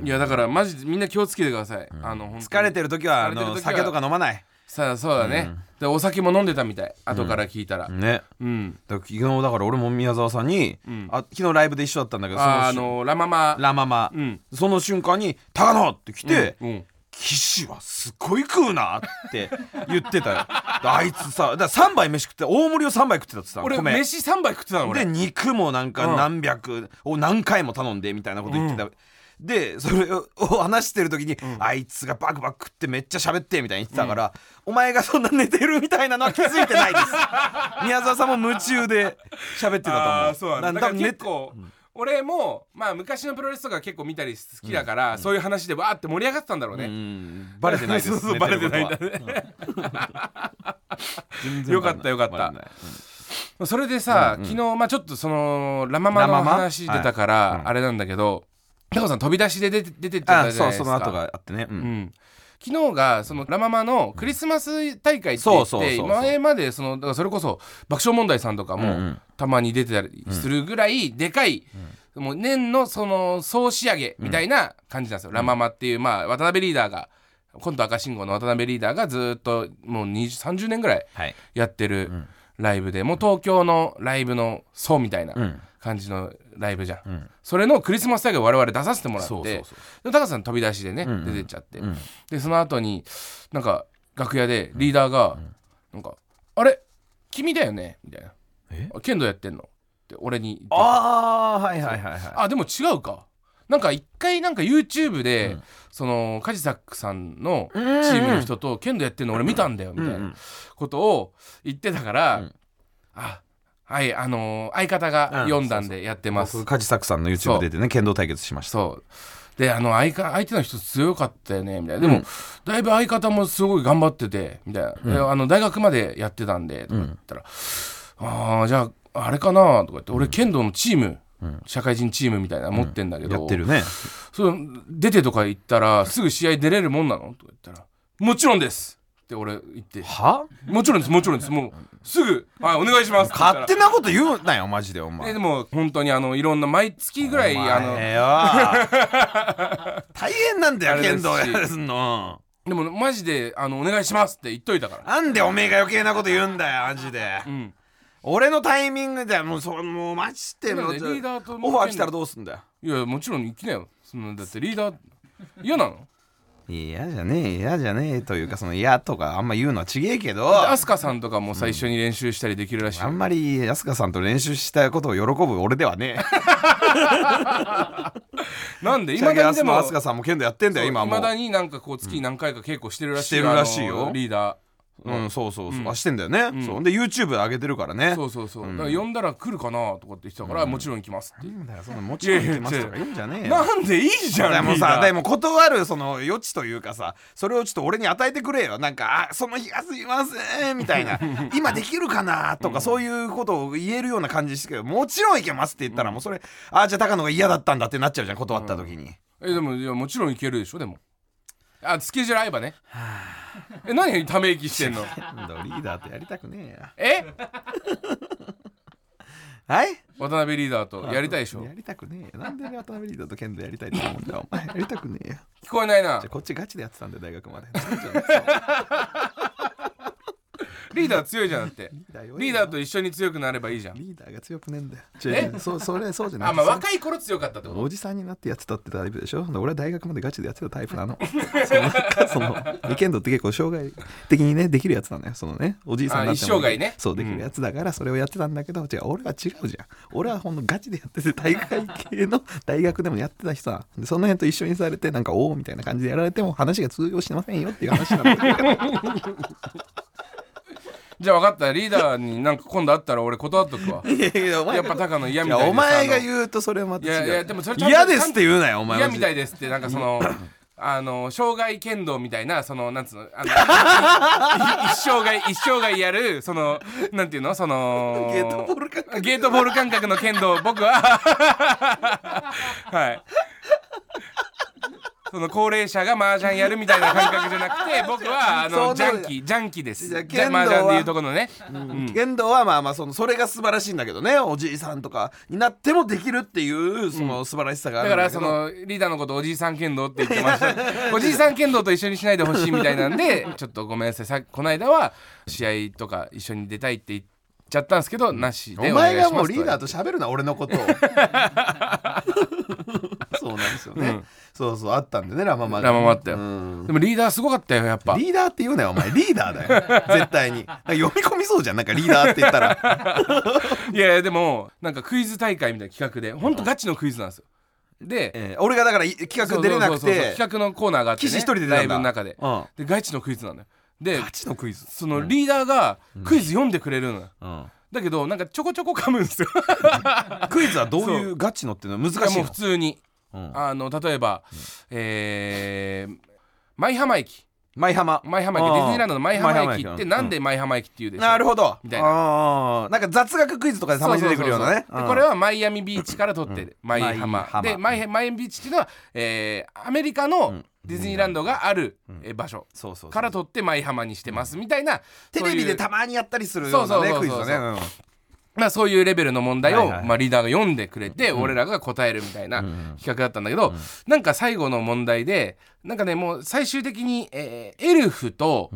S1: いやだからマジでみんな気をつけてください、あの本当に
S2: 疲れてる時はあ
S1: 疲れて
S2: の
S1: る時は
S2: 酒とか飲まない
S1: さあそうだね、でお酒も飲んでたみたい後から聞いたら
S2: ね
S1: うん、
S2: 昨日だから俺も宮沢さんに、あ昨日ライブで一緒だったんだけどその
S1: ああのラママ
S2: ラママ、
S1: うん
S2: その瞬間に「高野!」って来て
S1: うんうん
S2: 「岸はすごい食うな」って言ってたよあいつさだ3杯飯食って大盛りを3杯食ってたってさ
S1: 俺
S2: 米
S1: 飯3杯食ってたの
S2: で
S1: 俺
S2: 肉もなん
S1: う
S2: か
S1: ん
S2: 何百を何回も頼んでみたいなこと言ってた、でそれを話してる時に、あいつがバクバク食ってめっちゃ喋ってみたいに言ってたから、お前がそんな寝てるみたいなのは気づいてな いです宮沢さんも夢中で喋って
S1: あ
S2: た
S1: ー
S2: と
S1: そう
S2: 思う
S1: なんだだ
S2: 多
S1: から
S2: 分寝
S1: 結構、俺もまあ昔のプロレスとか結構見たり好きだから、そういう話でわーって盛り上がってたんだろうね、
S2: うんバレてないです
S1: そうそう
S2: 寝て
S1: バレ
S2: る
S1: て
S2: こと
S1: ないん
S2: は
S1: だね
S2: 全
S1: よかったよかった それでさ、昨日、まあ、ちょっとそのラ・ママの
S2: ラママ
S1: 話出たから、あれなんだけどタコさん飛び出しで出て出てっちゃっ
S2: あ
S1: たじゃ
S2: そ
S1: ない
S2: う
S1: ですか
S2: その後があってね、うん
S1: うん昨日がそのラ・ママのクリスマス大会って
S2: そ
S1: 言
S2: う
S1: っ
S2: そうそう
S1: て
S2: そう
S1: 前までそのだからそれこそ爆笑問題さんとか
S2: うんう
S1: も
S2: ん
S1: たまに出てたりするぐらいでかいもう年のその総仕上げみたいな感じなんですよ、ラ・ママっていう、まあ、渡辺リーダーが今度赤信号の渡辺リーダーがずっともう20 30年ぐらい
S2: はい
S1: やってるライブで、もう東京のライブの層みたいな
S2: うん
S1: 感じのライブじゃん、
S2: ん
S1: それのクリスマス大会我々出させてもらって
S2: そうそうそ
S1: で高瀬さん飛び出しでね、
S2: んうん
S1: 出てっちゃって、
S2: ん
S1: でその後になんか楽屋でリーダーがなんか「あれ君だよね」みたいな
S2: え
S1: あ「剣道やってんの?」って俺に言ってきて
S2: ああはいはいはいは
S1: あでも違うかなんか一回なんか YouTube で、そのカジサックさんのチームの人と剣道やってるの俺見たんだよみたいなことを言ってたから、
S2: うん
S1: あはいあのー相方が読んだんでやって
S2: い
S1: ます、
S2: 僕梶作さんの YouTube 出てね剣道対決しました
S1: そうであの相か相手の人強かったよねみたいなでも、だいぶ相方もすごい頑張っててみたいな、であの大学までやってたんでとか言ったら、ああじゃああれかなとか言って俺剣道のチーム、社会人チームみたいなの持ってんだけど、
S2: やってるね
S1: それ出てとか言ったらすぐ試合出れるもんなのとか言ったら「もちろんです」って俺言って
S2: は
S1: 「もちろんですもちろんですもうすぐ、はい、お願いします」って言ったら
S2: 勝手なこと言うなよマジでお前
S1: えでも本当にあのいろんな毎月ぐらいあの
S2: の 大変なんだ
S1: あ
S2: よ
S1: れですし
S2: 剣道やるの
S1: でもマジであのお願いしますって言っといたから。
S2: なんでおめえが余計なこと言うんだよマジで
S1: うん、
S2: 俺のタイミングだよもうそもうマジでもう
S1: なん
S2: ち
S1: で
S2: ょ
S1: リーダーと
S2: オファー来たらどうすんだよ
S1: いやもちろん行きなよそのだってリー ダー嫌なの
S2: 嫌じゃねえ嫌じゃねえというかその嫌とかあんま言うのはちげえけど
S1: アスカさんとかも最初に練習したりできるらしい、
S2: あんまり安川さんと練習したことを喜ぶ俺ではね
S1: なんで
S2: え
S1: いまだにでも
S2: 安川さんも剣道やってんだよ今も
S1: まだ
S2: う
S1: になんかこう月何回か稽古してるらしい
S2: してるらしいよ
S1: あのリーダー
S2: うんそうそうそうあしてんだよねそうで YouTube 上げてるからね
S1: そうそうそう、だから呼んだら来るかなとかって言ってたから、もちろん行きますって、
S2: なんだよそのもちろん行きますとか言うんじゃねえよ
S1: なんでいいじゃん
S2: でも
S1: リーダ
S2: さ
S1: ー
S2: でも断るその余地というかさそれをちょっと俺に与えてくれよなんか「あその日がすいません」みたい な「今できるかな」とかそういうことを言えるような感じですけど「もちろんいけます」って言ったらもうそれ「あじゃあ高野が嫌だったんだ」ってなっちゃうじゃん断った 時に。
S1: えでもいやもちろん行けるでしょでもあスケジュール合えばねえ何ため息してんの
S2: なんだリーダーってやりたくね
S1: え
S2: えや。はい
S1: 渡辺リーダーとやりたいでしょ
S2: やりたくねえよ。なんで渡辺リーダーと剣道やりたいと思うんだよ。お前やりたくねえよ。
S1: 聞こえないな
S2: じゃあこっちガチでやってたんで大学 まで。
S1: リーダー強いじゃなくて
S2: ダー弱いな
S1: リーダーと一緒に強くなればいいじゃん
S2: リーダーが強くねえんだよ。違う違うそうそれそうじゃない。
S1: あまあ若い頃強かったってこと
S2: おじさんになってやってたってタイプでしょ俺は大学までガチでやってたタイプなの そのなんかその剣道って結構障害的にねできるやつなのよそのねおじいさんになっても
S1: あ一生涯ね
S2: そうできるやつだからそれをやってたんだけど、違う俺は違うじゃん俺はほんのガチでやってて大会系の 大学でもやってた人なのでその辺と一緒にされてなんかおおみたいな感じでやられても話が通用してませんよっていう話 なんだけど
S1: じゃあ分かったリーダーになんか今度会ったら俺断っとくわ
S2: いやいやお前
S1: やっぱ高野嫌
S2: い
S1: み
S2: や
S1: たいです
S2: お前が
S1: う
S2: 言うとそれはまた違う
S1: いやいやでもそれちゃんと
S2: 嫌ですって言うなよお前
S1: 嫌みた
S2: い
S1: いですってなんかそ のあの障害剣道みたいなそのなんつうのあのい一生涯一生涯やるそのなんていうのその
S2: ゲートボール感覚
S1: ゲートボール感覚の剣道僕は はいその高齢者が麻雀やるみたいな感覚じゃなくて僕はあ
S2: そ
S1: の
S2: う
S1: ジ
S2: だ
S1: ャンキージャンキーです
S2: じゃあ
S1: じゃあ
S2: 剣道は
S1: 麻雀でいうとこのね
S2: 剣道はまあまあそのそれが素晴らしいんだけどねおじいさんとかになってもできるっていうその素晴らしさがあ
S1: だ
S2: る
S1: か
S2: んだ
S1: ら
S2: けど、
S1: そのリーダーのことおじいさん剣道って言ってました おじいさん剣道と一緒にしないでほしいみたいなんでちょっとごめんなさいさこの間は試合とか一緒に出たいって言っちゃったんですけどなしで
S2: お
S1: お願いし
S2: 前
S1: ます
S2: がもうリーダー
S1: と
S2: と喋るな俺のこと をそうなんですよね、そうそうあったんでねラ・ママが
S1: ラママあったよ
S2: うん
S1: でもリーダーすごかったよやっぱ
S2: リーダーって言うなよお前リーダーだよ 絶対になんか読み込みそうじゃんなんかリーダーって言ったら
S1: いやいやでもなんかクイズ大会みたいな企画でほんとガチのクイズなんですよで
S2: えー俺がだからい企
S1: そ
S2: 画
S1: う
S2: 出れなく
S1: そうそうそう
S2: て
S1: 企画のコーナーがあってね
S2: 岸一人で出たんだ
S1: ライブの中で
S2: うん
S1: でガチのクイズなのよで
S2: ガチのクイズ、
S1: そのリーダーがクイズ読んでくれるのよ
S2: うん
S1: だけどなんかちょこちょこ噛むんですよ
S2: クイズはどういうガチのっていうのは難
S1: いやも
S2: しいの
S1: う普通に、
S2: うん
S1: あの例えば、えー舞浜駅
S2: 舞浜
S1: 舞浜駅デ
S2: あー
S1: ィズニーランドの舞浜駅って
S2: うん
S1: なんで舞浜駅っていうでしょう
S2: なるほど。
S1: みたいな
S2: な。なんか雑学クイズとかでたまに出てくるようなね。
S1: そうそうそうそうでこれはマイアミビーチから撮ってる、舞
S2: 舞
S1: 浜
S2: 浜
S1: でマイマイアミビーチっていうのは、えーアメリカのディズニーランドがある、えー場所
S2: そうそうそう
S1: から撮って舞浜にしてますみたいな
S2: テレビでたまにやまにやったりするよう
S1: そ
S2: な
S1: う
S2: ね
S1: そう
S2: クイ
S1: そう
S2: ズ
S1: そう
S2: だね。
S1: まあ、そういうレベルの問題を、
S2: はいはい
S1: まあ、リーダーが読んでくれて、俺らが答えるみたいな企画だったんだけど、なんか最後の問題でなんかねもう最終的に、えーエルフと、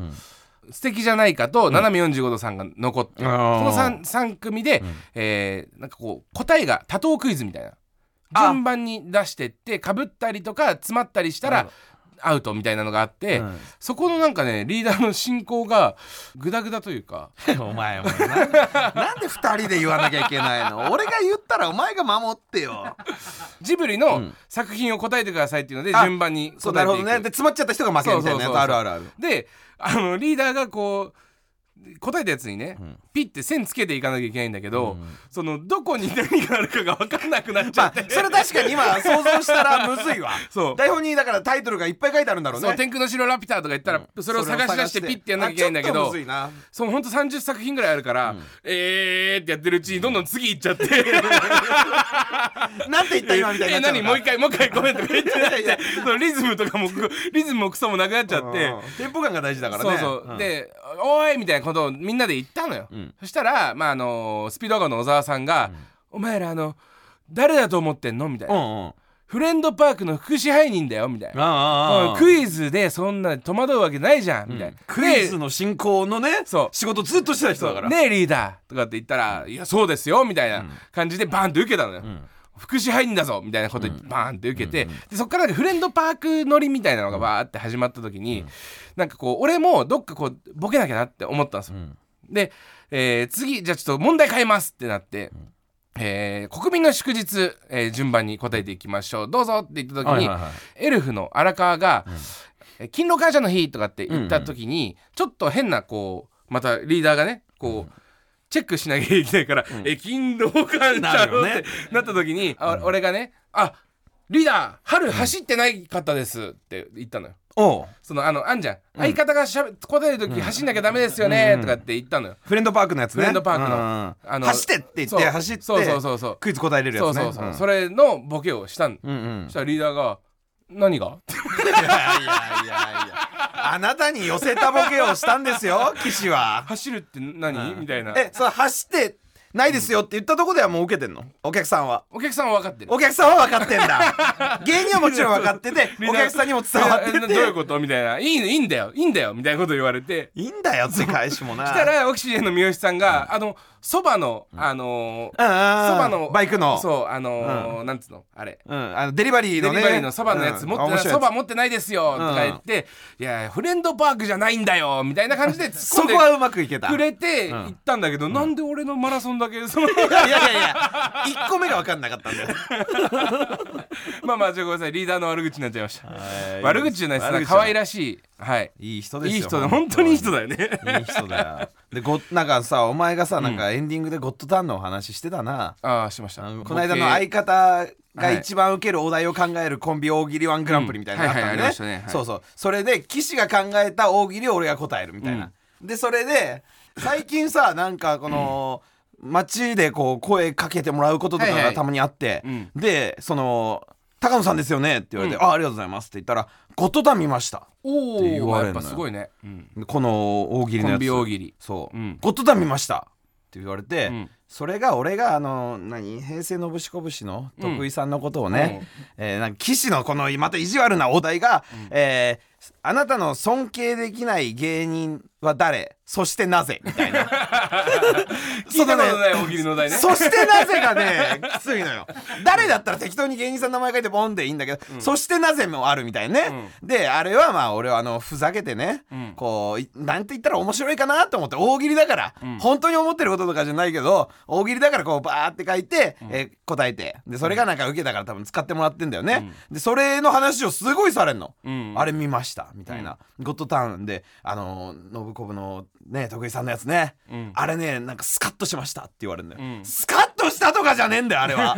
S1: 素敵じゃないかと斜め45度さんが残って、
S2: あー
S1: その 3, 3組で、えーなんかこう答えが多答クイズみたいな
S2: あ
S1: 順番に出してってかぶったりとか詰まったりしたらアウトみたいなのがあって、
S2: うん
S1: そこのなんかねリーダーの進行がグダグダというか
S2: お前お前な なんで二人で言わなきゃいけないの俺が言ったらお前が守って よ
S1: ジブリ
S2: う
S1: の
S2: ん
S1: 作品を答えてくださいっていうので
S2: あ
S1: 順番に
S2: そう
S1: 答え
S2: なる
S1: て
S2: ほ
S1: い
S2: ど
S1: く
S2: ねで詰まっちゃった人が負けみたいなや
S1: そうそうそう
S2: つあるあるある
S1: であのリーダーがこう答えたやつにね、
S2: ん
S1: ピッて線つけていかなきゃいけないんだけど、
S2: うん
S1: そのどこに何があるかが分かんなくなっちゃ
S2: ま
S1: っ
S2: あ
S1: て、
S2: それ確かに今想像したらむ ずいわ
S1: そう
S2: 台本にだからタイトルがいっぱい書いてあるんだろう
S1: そう
S2: ね
S1: 天空の城ラピュタとか言ったら、それを探し出してピッてやんなきゃいけないんだけ
S2: あちょ
S1: ど
S2: っとむずい な
S1: そのほんと30作品ぐらいあるから、えーってやってるうちにどんどん次行っちゃって
S2: なんて言
S1: 「
S2: っ
S1: え
S2: た今みたいになっちゃう
S1: 何もう一回もう一回ごめん」とか言ってなっ
S2: いやいや
S1: てそのリズムとかもリズムもクソもなくなっちゃって。
S2: テンポ感が大事だからね
S1: そうそう、
S2: ん
S1: で「おい!」みたいなことをみんなで言ったのよ、
S2: ん
S1: そしたら、まあ、あのスピードガの小沢さんが「お前らあの誰だと思ってんの?」みたいうな、
S2: んうんうん
S1: フレンドパークの副支配人だよ」みたいな、
S2: あ
S1: うん
S2: あ
S1: クイズでそんな戸惑うわけないじゃん」みたいな、
S2: クイズの進行のね
S1: そう
S2: 仕事ずっとしてた人だ
S1: そ
S2: か
S1: う
S2: ら
S1: ねえリーダーとかって言ったら「いやそうですよ」みたいな感じでバーンって受けたのよ。副支配人だぞみたいなこと言ってバーンって受けて、でそっからなんかフレンドパーク乗りみたいなのがバーって始まった時に、なんかこう俺もどっかこうボケなきゃなって思ったんですよ。で、えー次じゃあちょっと問題変えますってなって。えー国民の祝日、えー順番に答えていきましょうどうぞって言った時に、
S2: はいはいはい
S1: エルフの荒川が「えー勤労感謝の日」とかって言った時に、ちょっと変なこうまたリーダーがねこう、チェックしなきゃいけないから「えー勤労感謝
S2: なる
S1: の」
S2: よ
S1: っ
S2: ね
S1: てなった時に、あ俺がね「あリーダー春走ってないかったです」って言ったのよ。
S2: おう
S1: そのあのあんじゃん相方がしゃべ答える時走んなきゃダメですよねとかって言ったのよ。
S2: フレンドパークのやつね
S1: フレンドパークの
S2: うんうん
S1: あの
S2: 走ってって言
S1: そう
S2: って走って
S1: そうそうそうそう
S2: クイズ答えれるやつ
S1: そう
S2: ね
S1: そうそう、
S2: ん
S1: それのボケをしたん、
S2: うんうん
S1: そしたらリーダーが「何が?」 って
S2: いやいやいやいやあなたに寄せたボケをしたんですよ騎士は
S1: 走るって何、 みたいな
S2: えそれ走ってないですよって言ったとこではもう受けてんのお客さんは
S1: お客さんは分かってる
S2: お客さんは分かってん だ芸人はもちろん分かってて
S1: み
S2: お
S1: な
S2: 客さんにも伝わって
S1: えなどういう
S2: て
S1: ことみたいな「いいのいいんだよいいんだよ」みたいなこと言われて
S2: いいんだよって返 しもな
S1: したらオキシジェンの三好さんが、あのそばのあのーそば、
S2: そ
S1: の
S2: バイクの
S1: そうあのーなんつうのあれ
S2: うん、あのデリバリー
S1: デ
S2: の
S1: リ
S2: ね
S1: バリーのそばのやつ持って
S2: うんあ面
S1: ない
S2: 白い
S1: そ
S2: やつ
S1: ば、持ってないですよ」とか言って「いやフレンドパークじゃないんだよ」みたいな感じで突
S2: そ
S1: っ込ん
S2: こは
S1: で
S2: うまくいけた
S1: くれて行ったんだけど、なんで俺のマラソンだけその
S2: いやいやいや1個目が分かんなかったんだよ
S1: まあまあちょっとごめんなさいリーダーの悪口になっちゃいました
S2: はい
S1: 悪口じゃないです可愛らしいはい
S2: いい人ですよ
S1: いい人だ本当にいい人だよね
S2: いい人だよでごなんかさお前がさなんかエンディングで「ゴッドタン」のお話してたな、
S1: ああしました
S2: あのこの間の相方が一番受けるお題を考えるコンビ大喜利ワングランプリみたいなのがあった
S1: うんはい
S2: ん
S1: はいあり
S2: で
S1: ましたねはい
S2: そうそうそれで岸が考えた大喜利を俺が答えるみたいな、でそれで最近さなんかこの、街でこう声かけてもらうこととか
S1: はいはい
S2: がたまにあって、
S1: うん
S2: でその「高野さんですよね」って言われて「あありがとうございます」って言ったら「ゴッドタン見ました
S1: お
S2: って言わ
S1: お
S2: れ
S1: や
S2: る
S1: っ
S2: の
S1: ぱ
S2: よ
S1: すごいね、」
S2: この大喜利の
S1: コ
S2: や
S1: ン
S2: つ
S1: ビ大喜利
S2: そう、
S1: うん
S2: ゴッドタン見ましたって言われて、
S1: うん
S2: それが俺があの何平成のぶしこぶしの徳井さんのことをね、えーなんか騎士のこのまた意地悪なお題が、えーあなたの尊敬できない芸人は誰そしてなぜみた いな
S1: 聞いたことない大喜利の題ね
S2: そしてなぜが ねきついのよ誰だったら適当に芸人さんの名前書いてボンでいいんだけど、そしてなぜもあるみたいね、であれはまあ俺はあのふざけてね、
S1: ん
S2: こういなんて言ったら面白いかなと思って大喜利だから、本当に思ってることとかじゃないけど大喜利だからこうバーって書いて、えー答えてでそれがなんか受けたから多分使ってもらってんだよね、でそれの話をすごいされんの、
S1: うん
S2: あれ見ましたみたいな、ゴッドタウンであの信子部のね徳井さんのやつね、
S1: ん
S2: あれねなんかスカッとしましたって言われるんだよ、
S1: うん
S2: スカッとしたとかじゃねえんだよあれは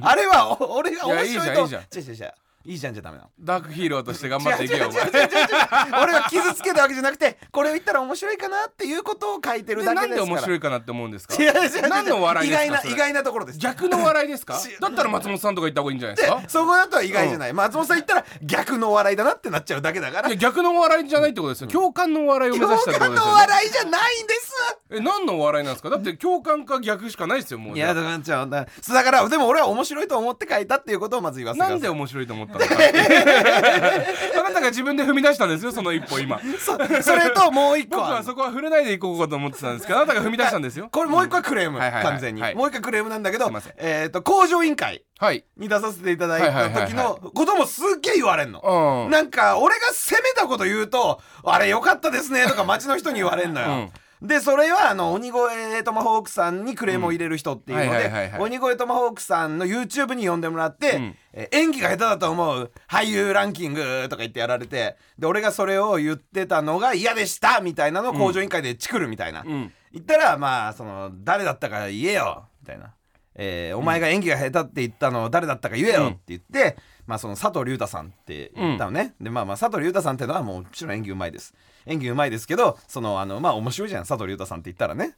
S2: あれはお俺が面白い
S1: いやいい
S2: と
S1: じゃんいい
S2: 違う違う違ういいじゃんじゃダメなの
S1: ダークヒーローとして頑張っていけよお前
S2: 俺は傷つけたわけじゃなくてこれを言ったら面白いかなっていうことを書いてる
S1: で
S2: だ
S1: な
S2: け
S1: ん
S2: で
S1: です
S2: から
S1: 面白いかなって思うんですか
S2: 違う違う違う
S1: 何の笑いですか
S2: 意外
S1: そ
S2: な
S1: れ
S2: 意外なところです
S1: 逆の笑いですか
S2: 違う
S1: だったら松本さんとか行った方がいいんじゃないですか
S2: でそこだとは意外じゃない、松本さん言ったら逆のお笑いだなってなっちゃうだけだから
S1: いや逆の笑いじゃないってことですよ共感の笑いを目
S2: 共
S1: 指したってこと
S2: 感
S1: です
S2: のお
S1: よね
S2: 笑いじゃないんです
S1: え何の笑いなんですかだって共感か逆しかないですよもう
S2: い
S1: じ
S2: や
S1: ゃ
S2: だからちゃうだそうだからでも俺は面白いと思って書いたっていうことをまず言わ
S1: あ
S2: せてく
S1: な
S2: だ
S1: んで
S2: さい
S1: 面白いと思ったのか あなたが自分で踏み出したんですよその一歩今
S2: そそれともう一個
S1: 僕はそこは触れないでいこうかと思ってたんですけどあなたが踏み出したんですよ
S2: これもう一個はクレーム、
S1: はいはいはい
S2: 完全に、
S1: はい
S2: もう一個クレームなんだけ
S1: す
S2: ど
S1: いません
S2: えっ、と工場委員会
S1: はい
S2: に出させていただいた時のこともすっげえ言われんの、
S1: うん
S2: なんか俺が責めたこと言うと「あれ良かったですね」とか街の人に言われんのよ。でそれはあの鬼越トマホークさんにクレームを入れる人っていうの
S1: うんはいはいはい
S2: で
S1: はい
S2: 鬼越トマホークさんの YouTube に呼んでもらって、
S1: ん
S2: え演技が下手だと思う俳優ランキングとか言ってやられてで俺がそれを言ってたのが嫌でしたみたいなのを工場委員会でチクるみたいな、
S1: ん
S2: 言ったらまあその誰だったか言えよみたいな、えーお前が演技が下手って言ったの誰だったか言えよって言って、まあ、その佐藤隆太さんって言ったのね、でまあまあ佐藤隆太さんってのはもうもちろん演技うまいです演技うまいですけどそのあのまあ面白いじゃん佐藤隆太さんって言ったらね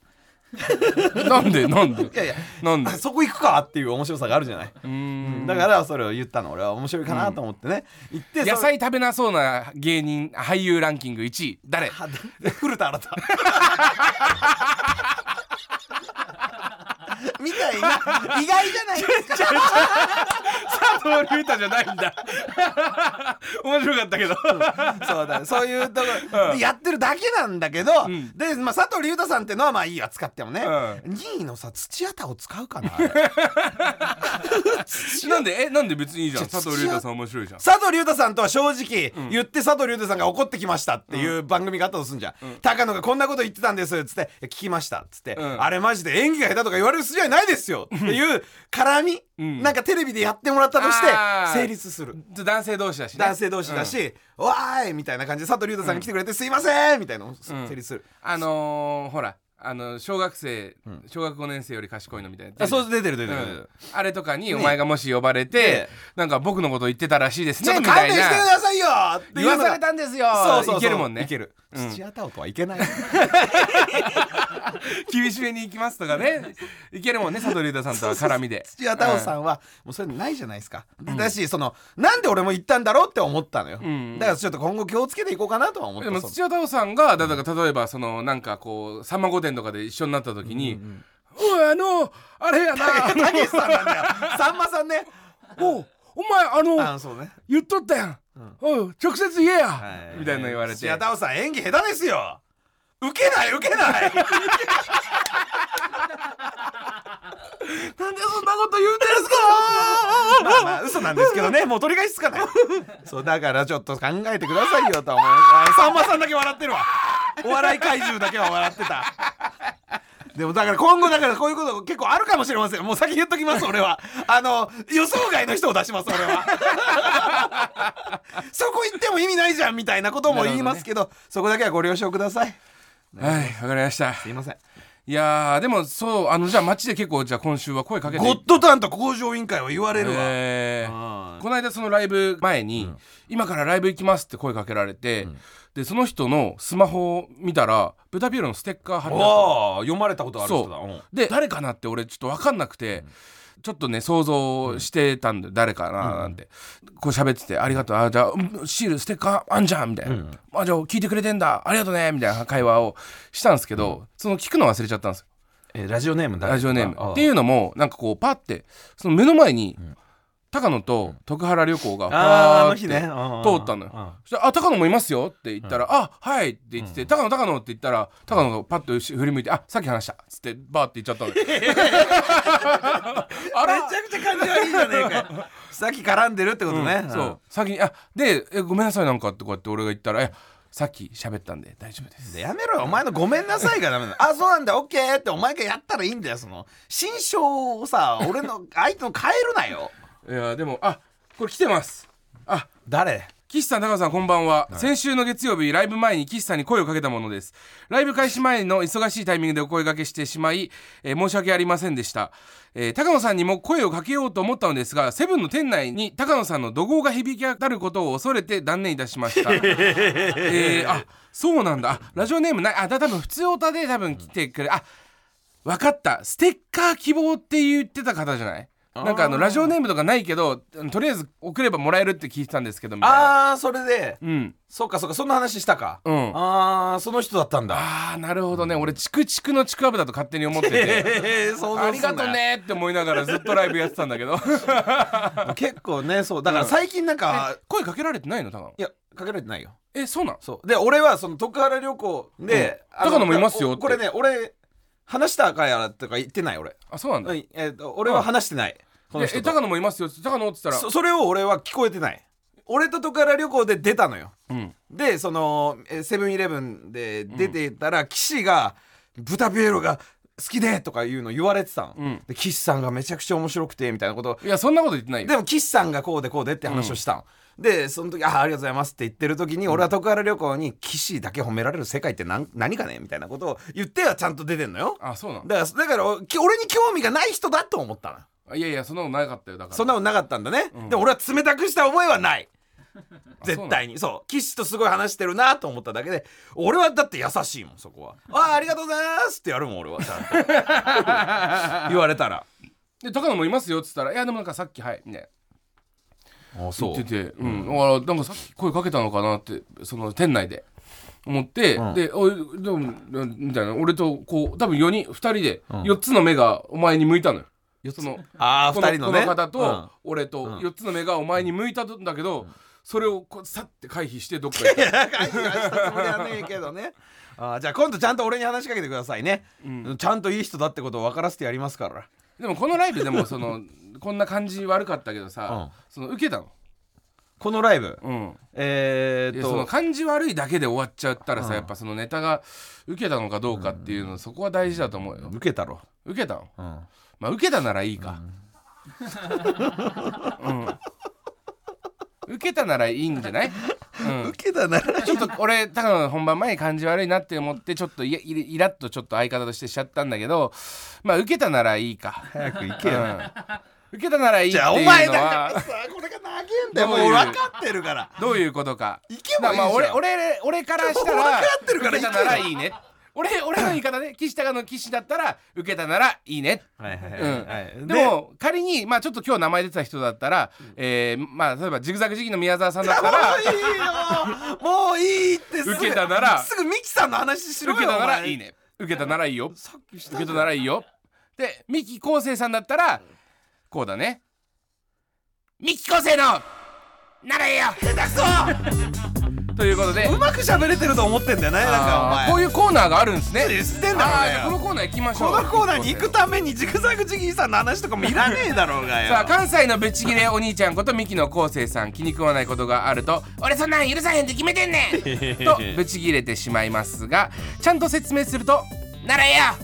S1: なんでなん で
S2: いやいや
S1: なんで
S2: あ そこ行くかっていう面白さがあるじゃない、
S1: うん
S2: だからそれを言ったの俺は面白いかなと思ってね、言ってそれ
S1: 野菜食べなそうな芸人俳優ランキング1位誰
S2: あだ古田新 太みたいな意外じゃないですか
S1: 佐藤龍太じゃないんだ 面白かったけど
S2: そうだそういうとこでやってるだけなんだけど、で、まあ、佐藤隆太さんってのはまあいいや使ってもね、
S1: う
S2: 2位のさ土屋太を使うかな
S1: なんでえなんで別にいいじゃん
S2: じゃあ
S1: 佐藤龍太さん面白いじゃん
S2: 佐藤隆太さんとは正直言って佐藤隆太さんが怒ってきましたっていう番組があったとすんじゃん、高野がこんなこと言ってたんですっつって聞きましたっつって、
S1: ん
S2: あれマジで演技が下手とか言われる筋合いないですよっていう絡み、
S1: ん
S2: なんかテレビでやってもらったとして
S1: あー
S2: 成立する
S1: 男性同士だし、ね、
S2: 男性同士だし「わーい!」みたいな感じで佐藤隆太さんが来てくれて「すいません!」みたいなの成立する、
S1: あのー、ほらあの小学生、小学5年生より賢いのみたいな
S2: あそう出てる出
S1: う
S2: てる、出て
S1: ん
S2: る、
S1: あれとかにお前がもし呼ばれて、
S2: え
S1: なんか僕のこと言ってたらしいです
S2: ちょ
S1: ね
S2: っと
S1: み
S2: 勘
S1: た
S2: 弁
S1: い
S2: してく
S1: な
S2: ださいよって
S1: 言わされた
S2: ん
S1: んですよ
S2: そうそうそう
S1: いけるもんね
S2: いける土屋太鳳とはいけない
S1: 厳しめに行きますとかねいけるもんね佐藤龍太さんとは絡みで
S2: 土屋太鳳さんはもうそういうのないじゃないですか、だしそのなんで俺も言ったんだろうって思ったのよ、だからちょっと今後気をつけていこうかなとは思っ
S1: で
S2: た
S1: も
S2: その
S1: 土屋太鳳さんがだだから例えばそのなんかこう『さんま御殿』とかで一緒になった時に「おいあのあれやな
S2: たけしさんなんだよ さんまさんね
S1: おうお前あの
S2: あそうね
S1: 言っとったやん、おう直接言えや、
S2: い
S1: みたいなの言われ
S2: 土
S1: て
S2: 屋太鳳さん演技下手ですよウケないウケない
S1: なんでそんなこと言うんですか
S2: まあまあ嘘なんですけ どねもう取り返しつかないそうだからちょっと考えてくださいよと は思いますあさんまさんだけ笑ってるわお笑い怪獣だけは笑ってた でもだから今後だからこういうこと結構あるかもしれませんもう先言っときます俺はあの予想外の人を出します俺は そこ行っても意味ないじゃんみたいなことも言いますけどそこだけはご了承ください
S1: はいわかりました
S2: すいません
S1: いやーでもそうあのじゃあ街で結構じゃあ今週は声かけて
S2: ゴッドタンと工場委員会は言われるわ、
S1: え
S2: う
S1: ー
S2: ん
S1: この間そのライブ前に、今からライブ行きます」って声かけられて、でその人のスマホを見たら「ブタピエロ」のステッカー貼ってあったの
S2: おお読まれたことある人だ
S1: そ
S2: ん
S1: うで誰かなって俺ちょっと分かんなくて、ちょっとね想像してたんで誰かななんて、こう喋ってて「ありがとうあじゃあうんシールステッカーあんじゃん」みたいな「あじゃあ聞いてくれてんだありがとうね」みたいな会話をしたんですけど、その聞くの忘れちゃったんですよ
S2: えラジオネームだ
S1: ラジオネームって
S2: う
S1: いうのもなんかこうパッてその目の前に、高野と徳原旅行が
S2: あーあ
S1: パ
S2: の
S1: ー
S2: 日
S1: っ
S2: ね
S1: て通ったのよ、
S2: よ
S1: そしたら「あ高野もいますよ」って言ったら「あはい」って言ってて「高野高野」って言ったら高野がパッと振り向いて「あさっき話した」っつってバーって言っちゃったのよあれ
S2: めちゃくちゃ感じ悪いじゃねえかよさっき絡んでるってことね、
S1: そう先に「あでえごめんなさいなんか」ってこうやって俺が言ったら「えさっき喋ったんで大丈夫です
S2: うんでやめろよお前の「ごめんなさい」がダメなのあそうなんだオッケーってお前がやったらいいんだよその心象をさ 俺の相手の変えるなよ」
S1: いやでも「あこれ来てます」あ
S2: 誰
S1: 岸さん、高野さん、こんばんは。先週の月曜日、ライブ前に岸さんに声をかけたものです。ライブ開始前の忙しいタイミングでお声掛けしてしまい、えー申し訳ありませんでした。えー高野さんにも声をかけようと思ったのですが、セブンの店内に高野さんの怒号が響き渡ることを恐れて断念いたしま した。えーあ、そうなんだ。あラジオネームない。あ、だ多分普通オタで多分来てくれ。あ、わかった。ステッカー希望って言ってた方じゃないなんかあのラジオネームとかないけどとりあえず送ればもらえるって聞いてたんですけどみたいな
S2: あーそれで
S1: うん
S2: そうかそうかそんな話したか、
S1: うん
S2: ああその人だったんだ
S1: ああなるほどね、俺チクチクのチクアブだと勝手に思ってて
S2: えー、想像すんなよ
S1: ありがとねって思いながらずっとライブやってたんだ けど
S2: 結構ねそうだから最近なんか、
S1: 声かけられてないの高野
S2: いやかけられてないよ
S1: えそうなん
S2: そうで俺はその徳原旅行で、
S1: うん
S2: あの
S1: 高野もいますよって
S2: これね俺話したかやらとか言ってない俺、
S1: あそうなんだ、
S2: う
S1: え
S2: んえーと俺は話してない、この
S1: え
S2: 人と
S1: 高野もいますよ高野って言った
S2: そ
S1: ら
S2: それを俺は聞こえてない俺と徳原旅行で出たのよ
S1: うん
S2: でそのえーセブンイレブンで出てたら、岸が「豚ピエロが好きで」とかいうの言われてたの、
S1: ん
S2: で岸さんがめちゃくちゃ面白くてみたいなこと
S1: いやそんなこと言ってないよ
S2: でも岸さんがこうでこうでって話をしたの、でその時「あありがとうございます」って言ってる時に、俺は徳原旅行に「岸だけ褒められる世界って何何かね?」みたいなことを言ってはちゃんと出てんのよ
S1: あそうなん
S2: だからだからおき俺に興味がない人だと思ったの
S1: あいやいやそんなことなかったよだから
S2: そんなことなかったんだね、でも俺は冷たくした思いはない絶対にそう岸とすごい話してるなと思っただけで俺はだって優しいもんそこ は「ああありがとうございます」ってやるもん俺はちゃんと言われたら
S1: で高野もいますよって言ったらいやでもなんかさっきはいみたいな
S2: あそ
S1: 言ってて、うん、だからなんかさっき声かけたのかなってその店内で思って、でおいでもうんみたいな俺とこう多分4人2人で4つの目がお前に向いたのよ。その
S2: ああ
S1: こ
S2: 2
S1: の
S2: 人の
S1: こ
S2: ね
S1: の方
S2: う
S1: と
S2: ん
S1: 俺と4つの目がお前に向いたんだけど、それをこうさって回避してどっか行った
S2: 会議はしたつもりはねえけどねあーじゃあ今度ちゃんと俺に話しかけてくださいね、ちゃんといい人だってことを分からせてやりますから
S1: でもこのライブでもそのこんな感じ悪かったけどさ、その受けたの。
S2: このライブ、
S1: うん
S2: え
S1: い
S2: ー、っ
S1: やその
S2: と
S1: 感じ悪いだけで終わっちゃったらさ、やっぱそのネタが受けたのかどうかっていうのそこは大事だと思うよ
S2: 受けたろ、
S1: 受けたの
S2: うん、
S1: まあ受けたならいいか、うん、受けたならいいんじゃない、うん、
S2: 受けたなら
S1: ちょっと俺高野の本番前に感じ悪いなって思ってちょっといやイライラっとちょっと相方としてしちゃったんだけどまあ受けたならいいか、
S2: 早く行
S1: う
S2: け
S1: ん
S2: よ、、
S1: 受けたならいいって
S2: じ
S1: いう
S2: ゃあお
S1: の
S2: 前だから
S1: は
S2: さこれが長えんだ
S1: ど
S2: よも
S1: ういう
S2: う分かってるから
S1: どういうことか
S2: 行けばいいじゃん
S1: だからまあ俺俺俺からしたら
S2: 分かってるから
S1: 受けたならいいね俺俺の言い方ね岸高の岸だったら受けたならいいね
S2: はいはい
S1: うん
S2: はい
S1: でも仮に、まあ、ちょっと今日名前出てた人だったら、えーまあ、例えばジグザグ時期の宮沢さんだったら
S2: いいよもういいってすぐ
S1: 受けたなら
S2: すぐミキさんの話しろよ
S1: 受けたな
S2: お
S1: ら
S2: 前
S1: いいね受けたならいいよ
S2: さっきした
S1: 受けたならいいよで三木昴生さんだったらこうだね三木昴生のならいいよ
S2: 下手く
S1: ということで
S2: そうまく喋れてると思ってんだよねなんかお
S1: あー
S2: 前
S1: こういうコーナーがあるんですね
S2: してんだ
S1: あーじゃあ
S2: ろう
S1: このコー
S2: ね
S1: ナー行きましょ
S2: こ
S1: う
S2: のコーナーに行くためにジグザグジギーさんの話とかもいらねえだろうがよ
S1: さあ関西のブチギレお兄ちゃんことミキの昴生さん気に食わないことがあると「俺そんなん許さへんって決めてんねん!」とブチギレてしまいますがちゃんと説明すると「ならえや!」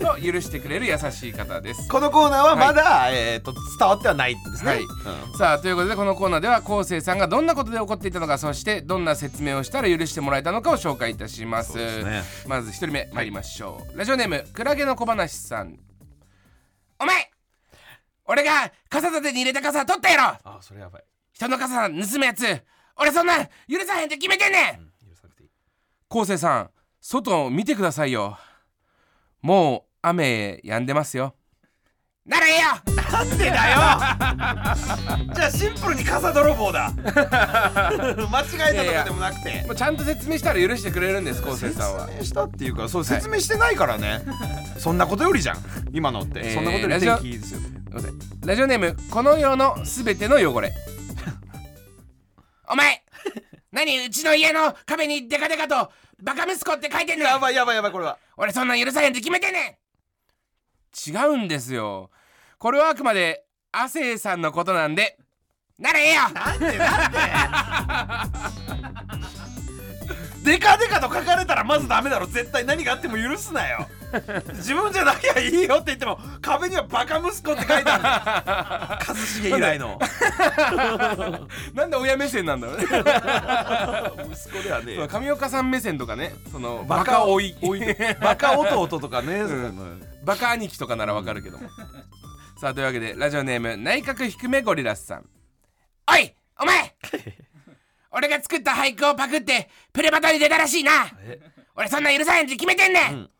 S1: と許してくれる優しい方です。
S2: このコーナーはまだ、えー、と伝わってはないんですね、
S1: はいさあということでこのコーナーでは昴生さんがどんなことで怒っていたのかそしてどんな説明をしたら許してもらえたのかを紹介いたします
S2: そうですね
S1: まず一人目参りましょう、ラジオネームクラゲの小話さんお前俺が傘立てに入れた傘取ったやろ
S2: あそれやばい
S1: 人の傘盗むやつ俺そんなん許さへんって決めてんねん昴生さん外を見てくださいよもう雨止んでますよならええよ
S2: なん でだよじゃあシンプルに傘泥棒 だ間違えたとかでもなくて
S1: もうちゃんと説明したら許してくれるんです昴生さんは
S2: 説明したっていうかそう説明してないから ね、そんなことよりじゃん今のって、
S1: えー
S2: そんなことより天気いいですよ
S1: ごめんなさいラジオネームこの世のすべての汚れお前何うちの家の壁にデカデカとバカ息子って書いてんの
S2: やばいやばいやばいこれは
S1: 俺そんなん許さへんって決めてんねん違うんですよこれはあくまで亜生さんのことなんでならええよ
S2: なんでなんでデカデカと書かれたらまずダメだろ絶対何があっても許すなよ自分じゃなきゃいいよって言っても壁にはバカ息子って書いてあ る一茂以来の
S1: なんで親目線なんだろうね
S2: 息子ではねえ
S1: そう
S2: よ
S1: 上岡さん目線とかねその
S2: バ
S1: バ
S2: カ
S1: カ
S2: お
S1: お
S2: い
S1: い
S2: バカ弟とかね、
S1: バカ兄貴とかならわかるけども、さあというわけでラジオネーム内閣低めゴリラスさんおいお前俺が作った俳句をパクってプレバトに出たらしいな俺そんな許さへんって決めてんねん、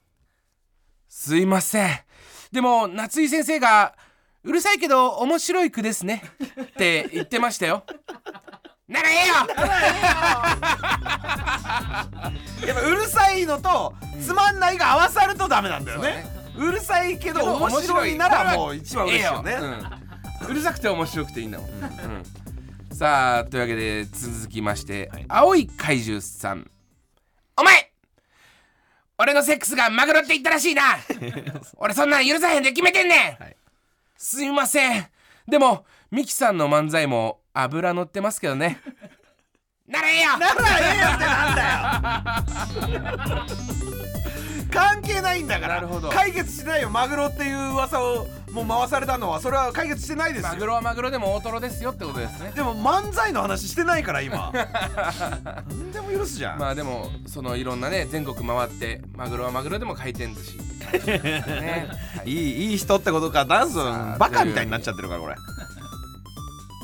S1: すいませんでも夏井先生が「うるさいけど面白い句ですね」って言ってましたよならええよ
S2: やっぱうるさいのとつまんないが合わさるとダメなんだよねうるさいけど面白いならもう一番嬉しいよね、
S1: ええうんうるさくて面白くていいんだもん、うんさあというわけで続きまして、青い怪獣さんお前俺のセックスがマグロって言ったらしい な俺そんなん許さへんで決めてんねん、すみませんでもミキさんの漫才も油乗ってますけど ねならええよ
S2: ならええよってなんだよ関係ないんだから
S1: なるほど
S2: 解決してないよマグロっていう噂をもう回されたのはそれは解決してないです
S1: マグ
S2: よ
S1: ロはマグロでも大トロですよってことですね
S2: でも漫才の話してないから 今何でも許すじゃん、
S1: まあでもそのいろんなね全国回ってマグロはマグロでも回転寿 司ね
S2: いいいい人ってことかダンスバカみたいになっちゃってるからこれい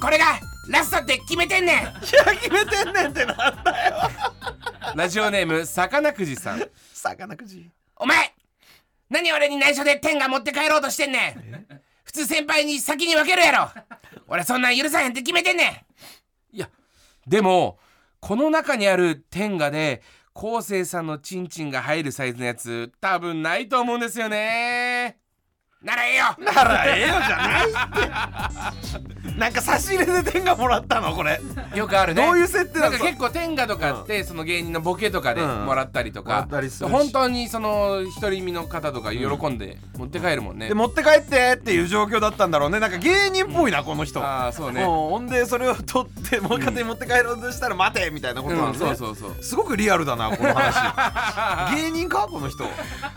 S1: これがラストって決めてんねん
S2: や決めてんねんってなんだ
S1: ラジオネームさかなくじさん
S2: 魚くじ
S1: お前何俺に内緒で天が持って帰ろうとしてんねん普通先輩に先に分けるやろ俺そんなん許さへんって決めてんねんいやでもこの中にある天がで昴生さんのチンチンが入るサイズのやつ多分ないと思うんですよねならええよ
S2: ならええよじゃないってなんか差し入れで天がもらったのこれ
S1: よくあるね
S2: どういう設定
S1: な
S2: な
S1: んん
S2: です
S1: か
S2: か
S1: 結構天下とかって、その芸人のボケとかで
S2: うん
S1: もらったりと
S2: もら
S1: か,、
S2: ったりするし
S1: 本当にその独り身の方とか喜んで持って帰るもんね、
S2: で持って帰ってっていう状況だったんだろうねなんか芸人っぽいなこの人
S1: ああそうね
S2: もうほんでそれを取ってもう勝手に持って帰ろうとしたら待てみたいなことな
S1: うんん
S2: ですね、
S1: そうそうそう
S2: すごくリアルだなこの話 芸人かこの人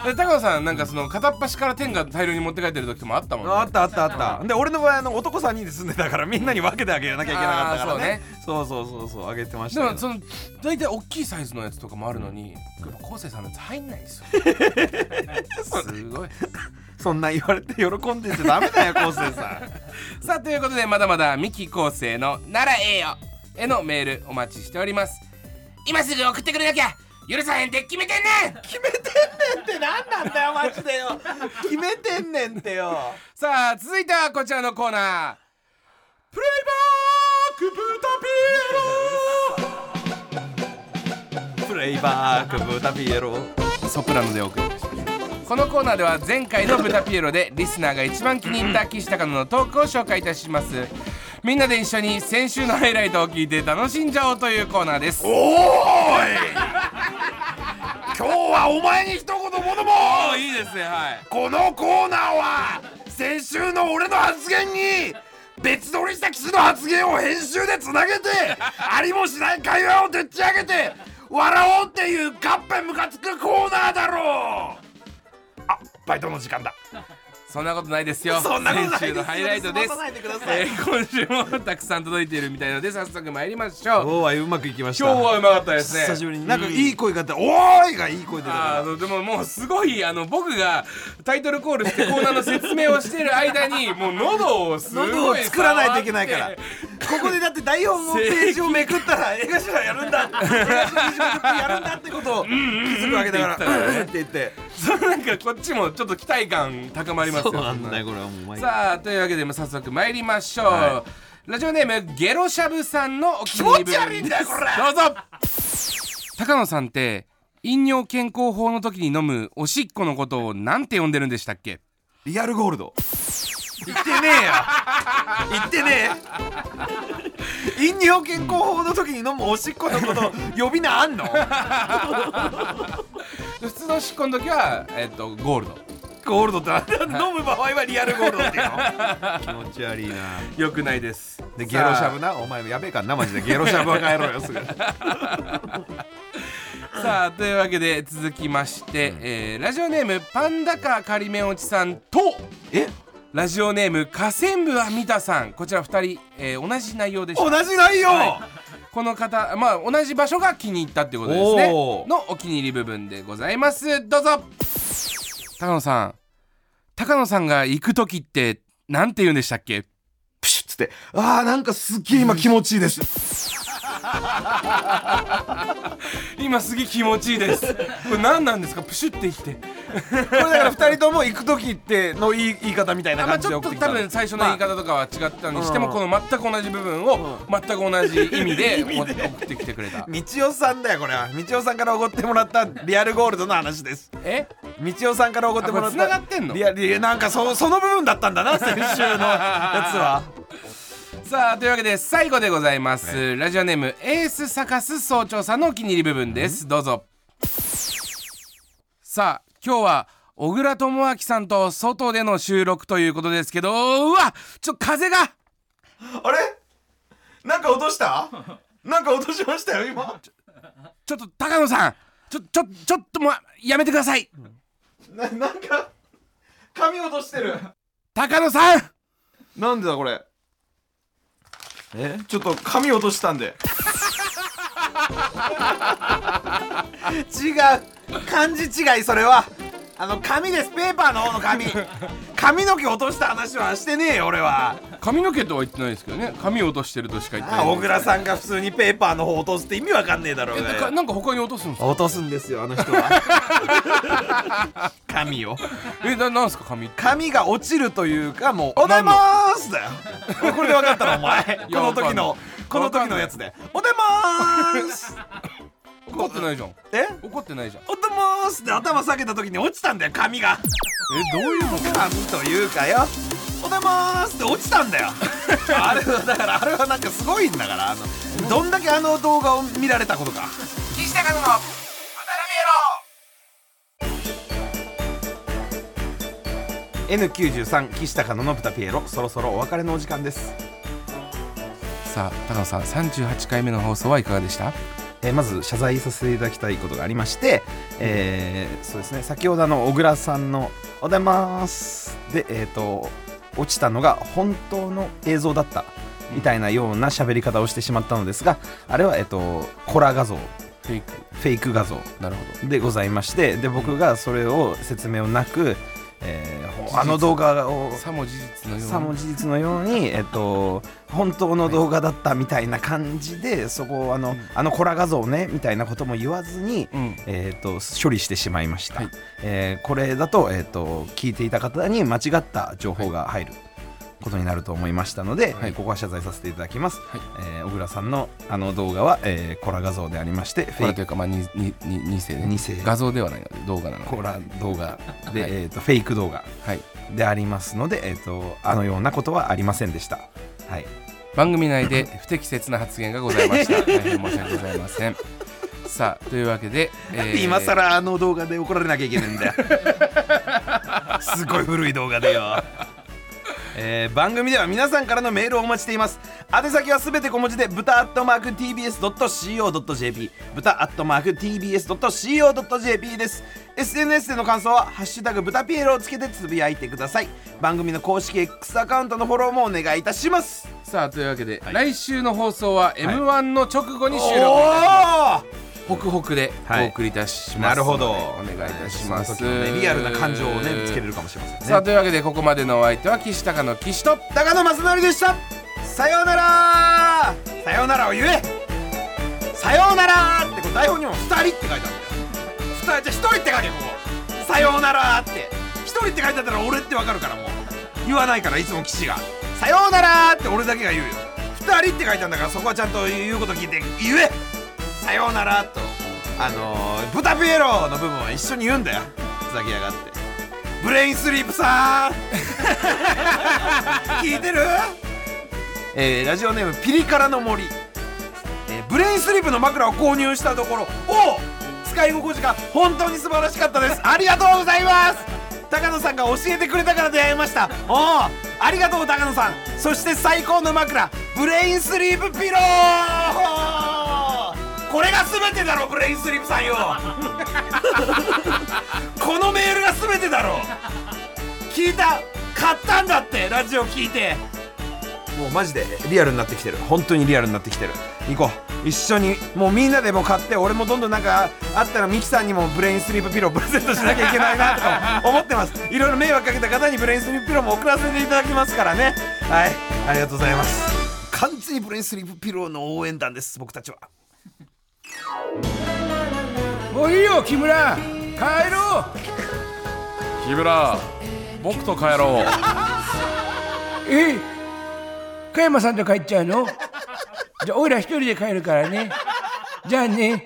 S1: で高野さんなんかその片っ端から天下大量に持って帰ってる時もあったもんね
S2: あったあったあったで俺の場合あの男3人で住んでたからみんなに分けてあげなきゃいけなかったからねそうそうそうそうあげてまし
S1: で
S2: た
S1: も
S2: けど
S1: その大体大きいサイズのやつとかもあるのに、やっぱ昴生さんのやつ入んないん ですよすごい
S2: そんな言われて喜んでちゃダメだ よ昴生さん
S1: さあということでまだまだミキ昴生の「ならええよ」へのメールお待ちしております今すぐ送ってくれなきゃ許さへんって決めてんねん
S2: 決めてんねんって何なんだよマジでよ決めてんねんってよ
S1: さあ続いてはこちらのコーナープレイバークブタピ
S2: プレイバーク豚ピエロ
S1: エロソプラノでお送りいたしましたこのコーナーでは前回の「ブタピエロ」でリスナーが一番気に入った岸高野のトークを紹介いたしますみんなで一緒に先週のハイライトを聞いて楽しんじゃおうというコーナーです
S2: おーい今日はお前に一言物
S1: お
S2: 申
S1: いいですねはい
S2: このコーナーは先週の俺の発言に別撮りしたキスの発言を編集でつなげてありもしない会話をでっち上げて笑おうっていうカッペムカつくコーナーだろうあバイトの時間だ
S1: そんなことないですよ。
S2: そんなことないです
S1: 先週のハイライトです
S2: そんなことないでください
S1: えー今週もたくさん届いているみたいなので、早速参りましょう。
S2: 日はうまくいきまし
S1: 今日はうまかったですね。
S2: ぶりになんかいい声があった「おーい!」がいい声出
S1: あのでももうすごいあの僕がタイトルコールしてコーナーの説明をしている間にもう喉をすごい
S2: 喉を作らないといけないから
S1: 触
S2: こ
S1: って
S2: こでだって台本をページをめくったら映画らやるんだ映画らやるんだってことを気づくわけだから
S1: うんうん
S2: うんって言って
S1: そうなんかこっちもちょっと期待感高まりますよ
S2: これはもう毎
S1: さあというわけでもう早速参りましょう、ラジオネームゲロシャブさんのお気
S2: 気
S1: に入
S2: 持
S1: り
S2: ち悪いんだよこれ
S1: どうぞ高野さんって飲尿健康法の時に飲むおしっこのことをなんて呼んでるんでしたっけ
S2: リアルゴールド言ってねえよ言ってねえ飲尿健康法の時に飲むおしっこのこと呼び名あんの
S1: 普通のおしっこの時は、えっと、ゴールド
S2: ゴールドってなんだ飲む場合はリアルゴールドっていうの気持ち悪いな
S1: よくないです
S2: でゲ
S1: さあ
S2: ロしゃぶなお前やべえからなマジでゲロしゃぶは帰ろうよすぐ
S1: さあというわけで続きまして、えーラジオネームパンダカ仮面おちさんと
S2: え
S1: ラジオネーム河川部阿弥陀さんこちら2人、えー同じ内容でした
S2: 同じ内容、
S1: この方まあ同じ場所が気に入ったってことですね
S2: おー
S1: のお気に入り部分でございますどうぞ高野さん高野さんが行く時ってなんて言うんでしたっけ
S2: プシュッつってあーなんかすっげえ今気持ちいいです
S1: 今すげえ気持ちいいです これ何なんですかプシュって言って
S2: これだから二人とも行く時っての言い言い方みたいな
S1: あまあ
S2: 感じ
S1: ち
S2: で
S1: ょっ
S2: 送っ
S1: と
S2: てきた
S1: 多
S2: の
S1: 分最初の言い方とかは違ったにしても、
S2: まあ
S1: この全く同じ部分を全く同じ意味でお送ってきてくれた
S2: 道夫さんだよこれは道夫さんからおごってもらったリアルゴールドの話です
S1: え
S2: 道夫さんからおごってもらった
S1: あこれ繋がってんの
S2: リアリアなんかそその部分だったん だな先週のやつは
S1: さあというわけで最後でございます、ラジオネームエースサカス総長さんのお気に入り部分です、どうぞさあ今日は小倉智昭さんと外での収録ということですけどうわちょっと風が
S2: あれなんか落としたなんか落としましたよ今
S1: ちょっと高野さんちょちょちょっともうやめてください
S2: ななんか髪落としてる
S1: 高野さん
S2: なんでだこれえちょっと髪落としたんで違う漢字違いそれはあの紙ですペーパーの方の紙髪の毛落とした話はしてねえよ俺は
S1: 髪の毛とは言ってないですけどね髪を落としてるとしか言って
S2: あ
S1: ない
S2: 小倉さんが普通にペーパーの方落とすって意味わかんねえだろう
S1: え
S2: が
S1: なん
S2: よ
S1: かなんか他に落とすんですか
S2: 落とすんですよあの人は 髪を
S1: えななんですか髪って
S2: 髪が落ちるというかもう「おはようございます」だよこれで分かったのお前この時のこの時のやつで「おはようございます
S1: 怒ってないじゃん」
S2: え
S1: 怒ってないじゃんえ
S2: おはようございます」で頭下げた時に落ちたんだよ髪が
S1: どういうこと
S2: 髪というかよ「おはようございます」で落ちたんだよ あれはだからあれはなんかすごいんだからあのどんだけあの動画を見られたことか
S1: 岸高野の「
S2: N93 岸高野の豚ピエロそろそろお別れのお時間です
S1: さあ高野さん38回目の放送はいかがでした
S2: えーまず謝罪させていただきたいことがありまして、えーそうですね先ほどあの小倉さんの「おはようございます」で、えー、と落ちたのが本当の映像だったみたいなような喋り方をしてしまったのですがあれは、えー、とコラ画像フ
S1: フェイク
S2: ェイク画像
S1: なるほど
S2: でございましてで僕がそれを説明をなく、えーほあの動画を
S1: さも事実のように
S2: さも事実のように、えっと、本当の動画だったみたいな感じでそこをあの、あのコラ画像ねみたいなことも言わずに、
S1: うん
S2: えっと処理してしまいました、
S1: はい
S2: えーこれだと,、えっと聞いていた方に間違った情報が入る。ことになると思いましたので、
S1: はい
S2: えーここは謝罪させていただきます、
S1: はい
S2: えー小倉さんのあの動画は、えーコラ画像でありましてフ
S1: こ
S2: ェ
S1: れ
S2: イ
S1: とい
S2: ク
S1: うかまあににに二世ね
S2: 二世
S1: 画像ではないので動画なので
S2: コラ動画で、
S1: はい
S2: えーとフェイク動画
S1: はい
S2: でありますので、えー、とあのようなことはありませんでした、はい、
S1: 番組内で不適切な発言がございま した大変申し訳ございませんさあというわけで、えー
S2: 今更あの動画で怒られなきゃいけないんだ よすごい古い動画でよえー番組では皆さんからのメールをお待ちしています宛先はすべて小文字で豚アットマーク TBS.CO.JP 豚アットマーク TBS.CO.JP です SNS での感想は「ハッシュタグ豚ピエロ」をつけてつぶやいてください番組の公式 X アカウントのフォローもお願いいたします
S1: さあというわけで、来週の放送は m 1の直後に収録いたします、
S2: おー
S1: ホクホクで
S2: はい
S1: お送りいたしま
S2: な
S1: す
S2: るほ
S1: ので、
S2: ど
S1: お願いいたします、
S2: その時のねリアルな感情をねぶつけれるかもしれませんね
S1: さあというわけでここまでのお相手は岸高の岸と
S2: 高野正成でしたさようならさようならを言えさようならってこれ台本にも2人って書いてあるんだよ2人じゃあ1人って書いてよここさようならって1人って書いてあったら俺ってわかるからもう言わないからいつも岸がさようならって俺だけが言うよ2人って書いてあるんだからそこはちゃんと言うこと聞いて言えさようならとあのー、豚ピエロの部分は一緒に言うんだよふざけやがってブレインスリープさーん聞いてるえーラジオネームピリ辛の森、えーブレインスリープの枕を購入したところおお使い心地が本当に素晴らしかったですありがとうございます高野さんが教えてくれたから出会いましたおおありがとう高野さんそして最高の枕ブレインスリープピローこれが全てだろブレインスリープさんよこのメールが全てだろ聞いた買ったんだってラジオ聞いてもうマジでリアルになってきてる本当にリアルになってきてる行こう一緒にもうみんなでも買って俺もどんどんなんかあったらミキさんにもブレインスリープピロープレゼントしなきゃいけないなとか思ってますいろいろ迷惑かけた方にブレインスリープピローも送らせていただきますからねはいありがとうございます完全にブレインスリープピローの応援団です僕たちは
S1: もういいよ木村帰ろ
S3: 木村僕と帰ろう
S1: うえ加山さんと帰っちゃうの じゃあおいら一人で帰るからねじゃあね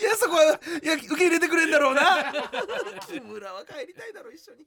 S2: いやそこはいや受け入れてくれんだろうな木村は帰りたいだろう一緒に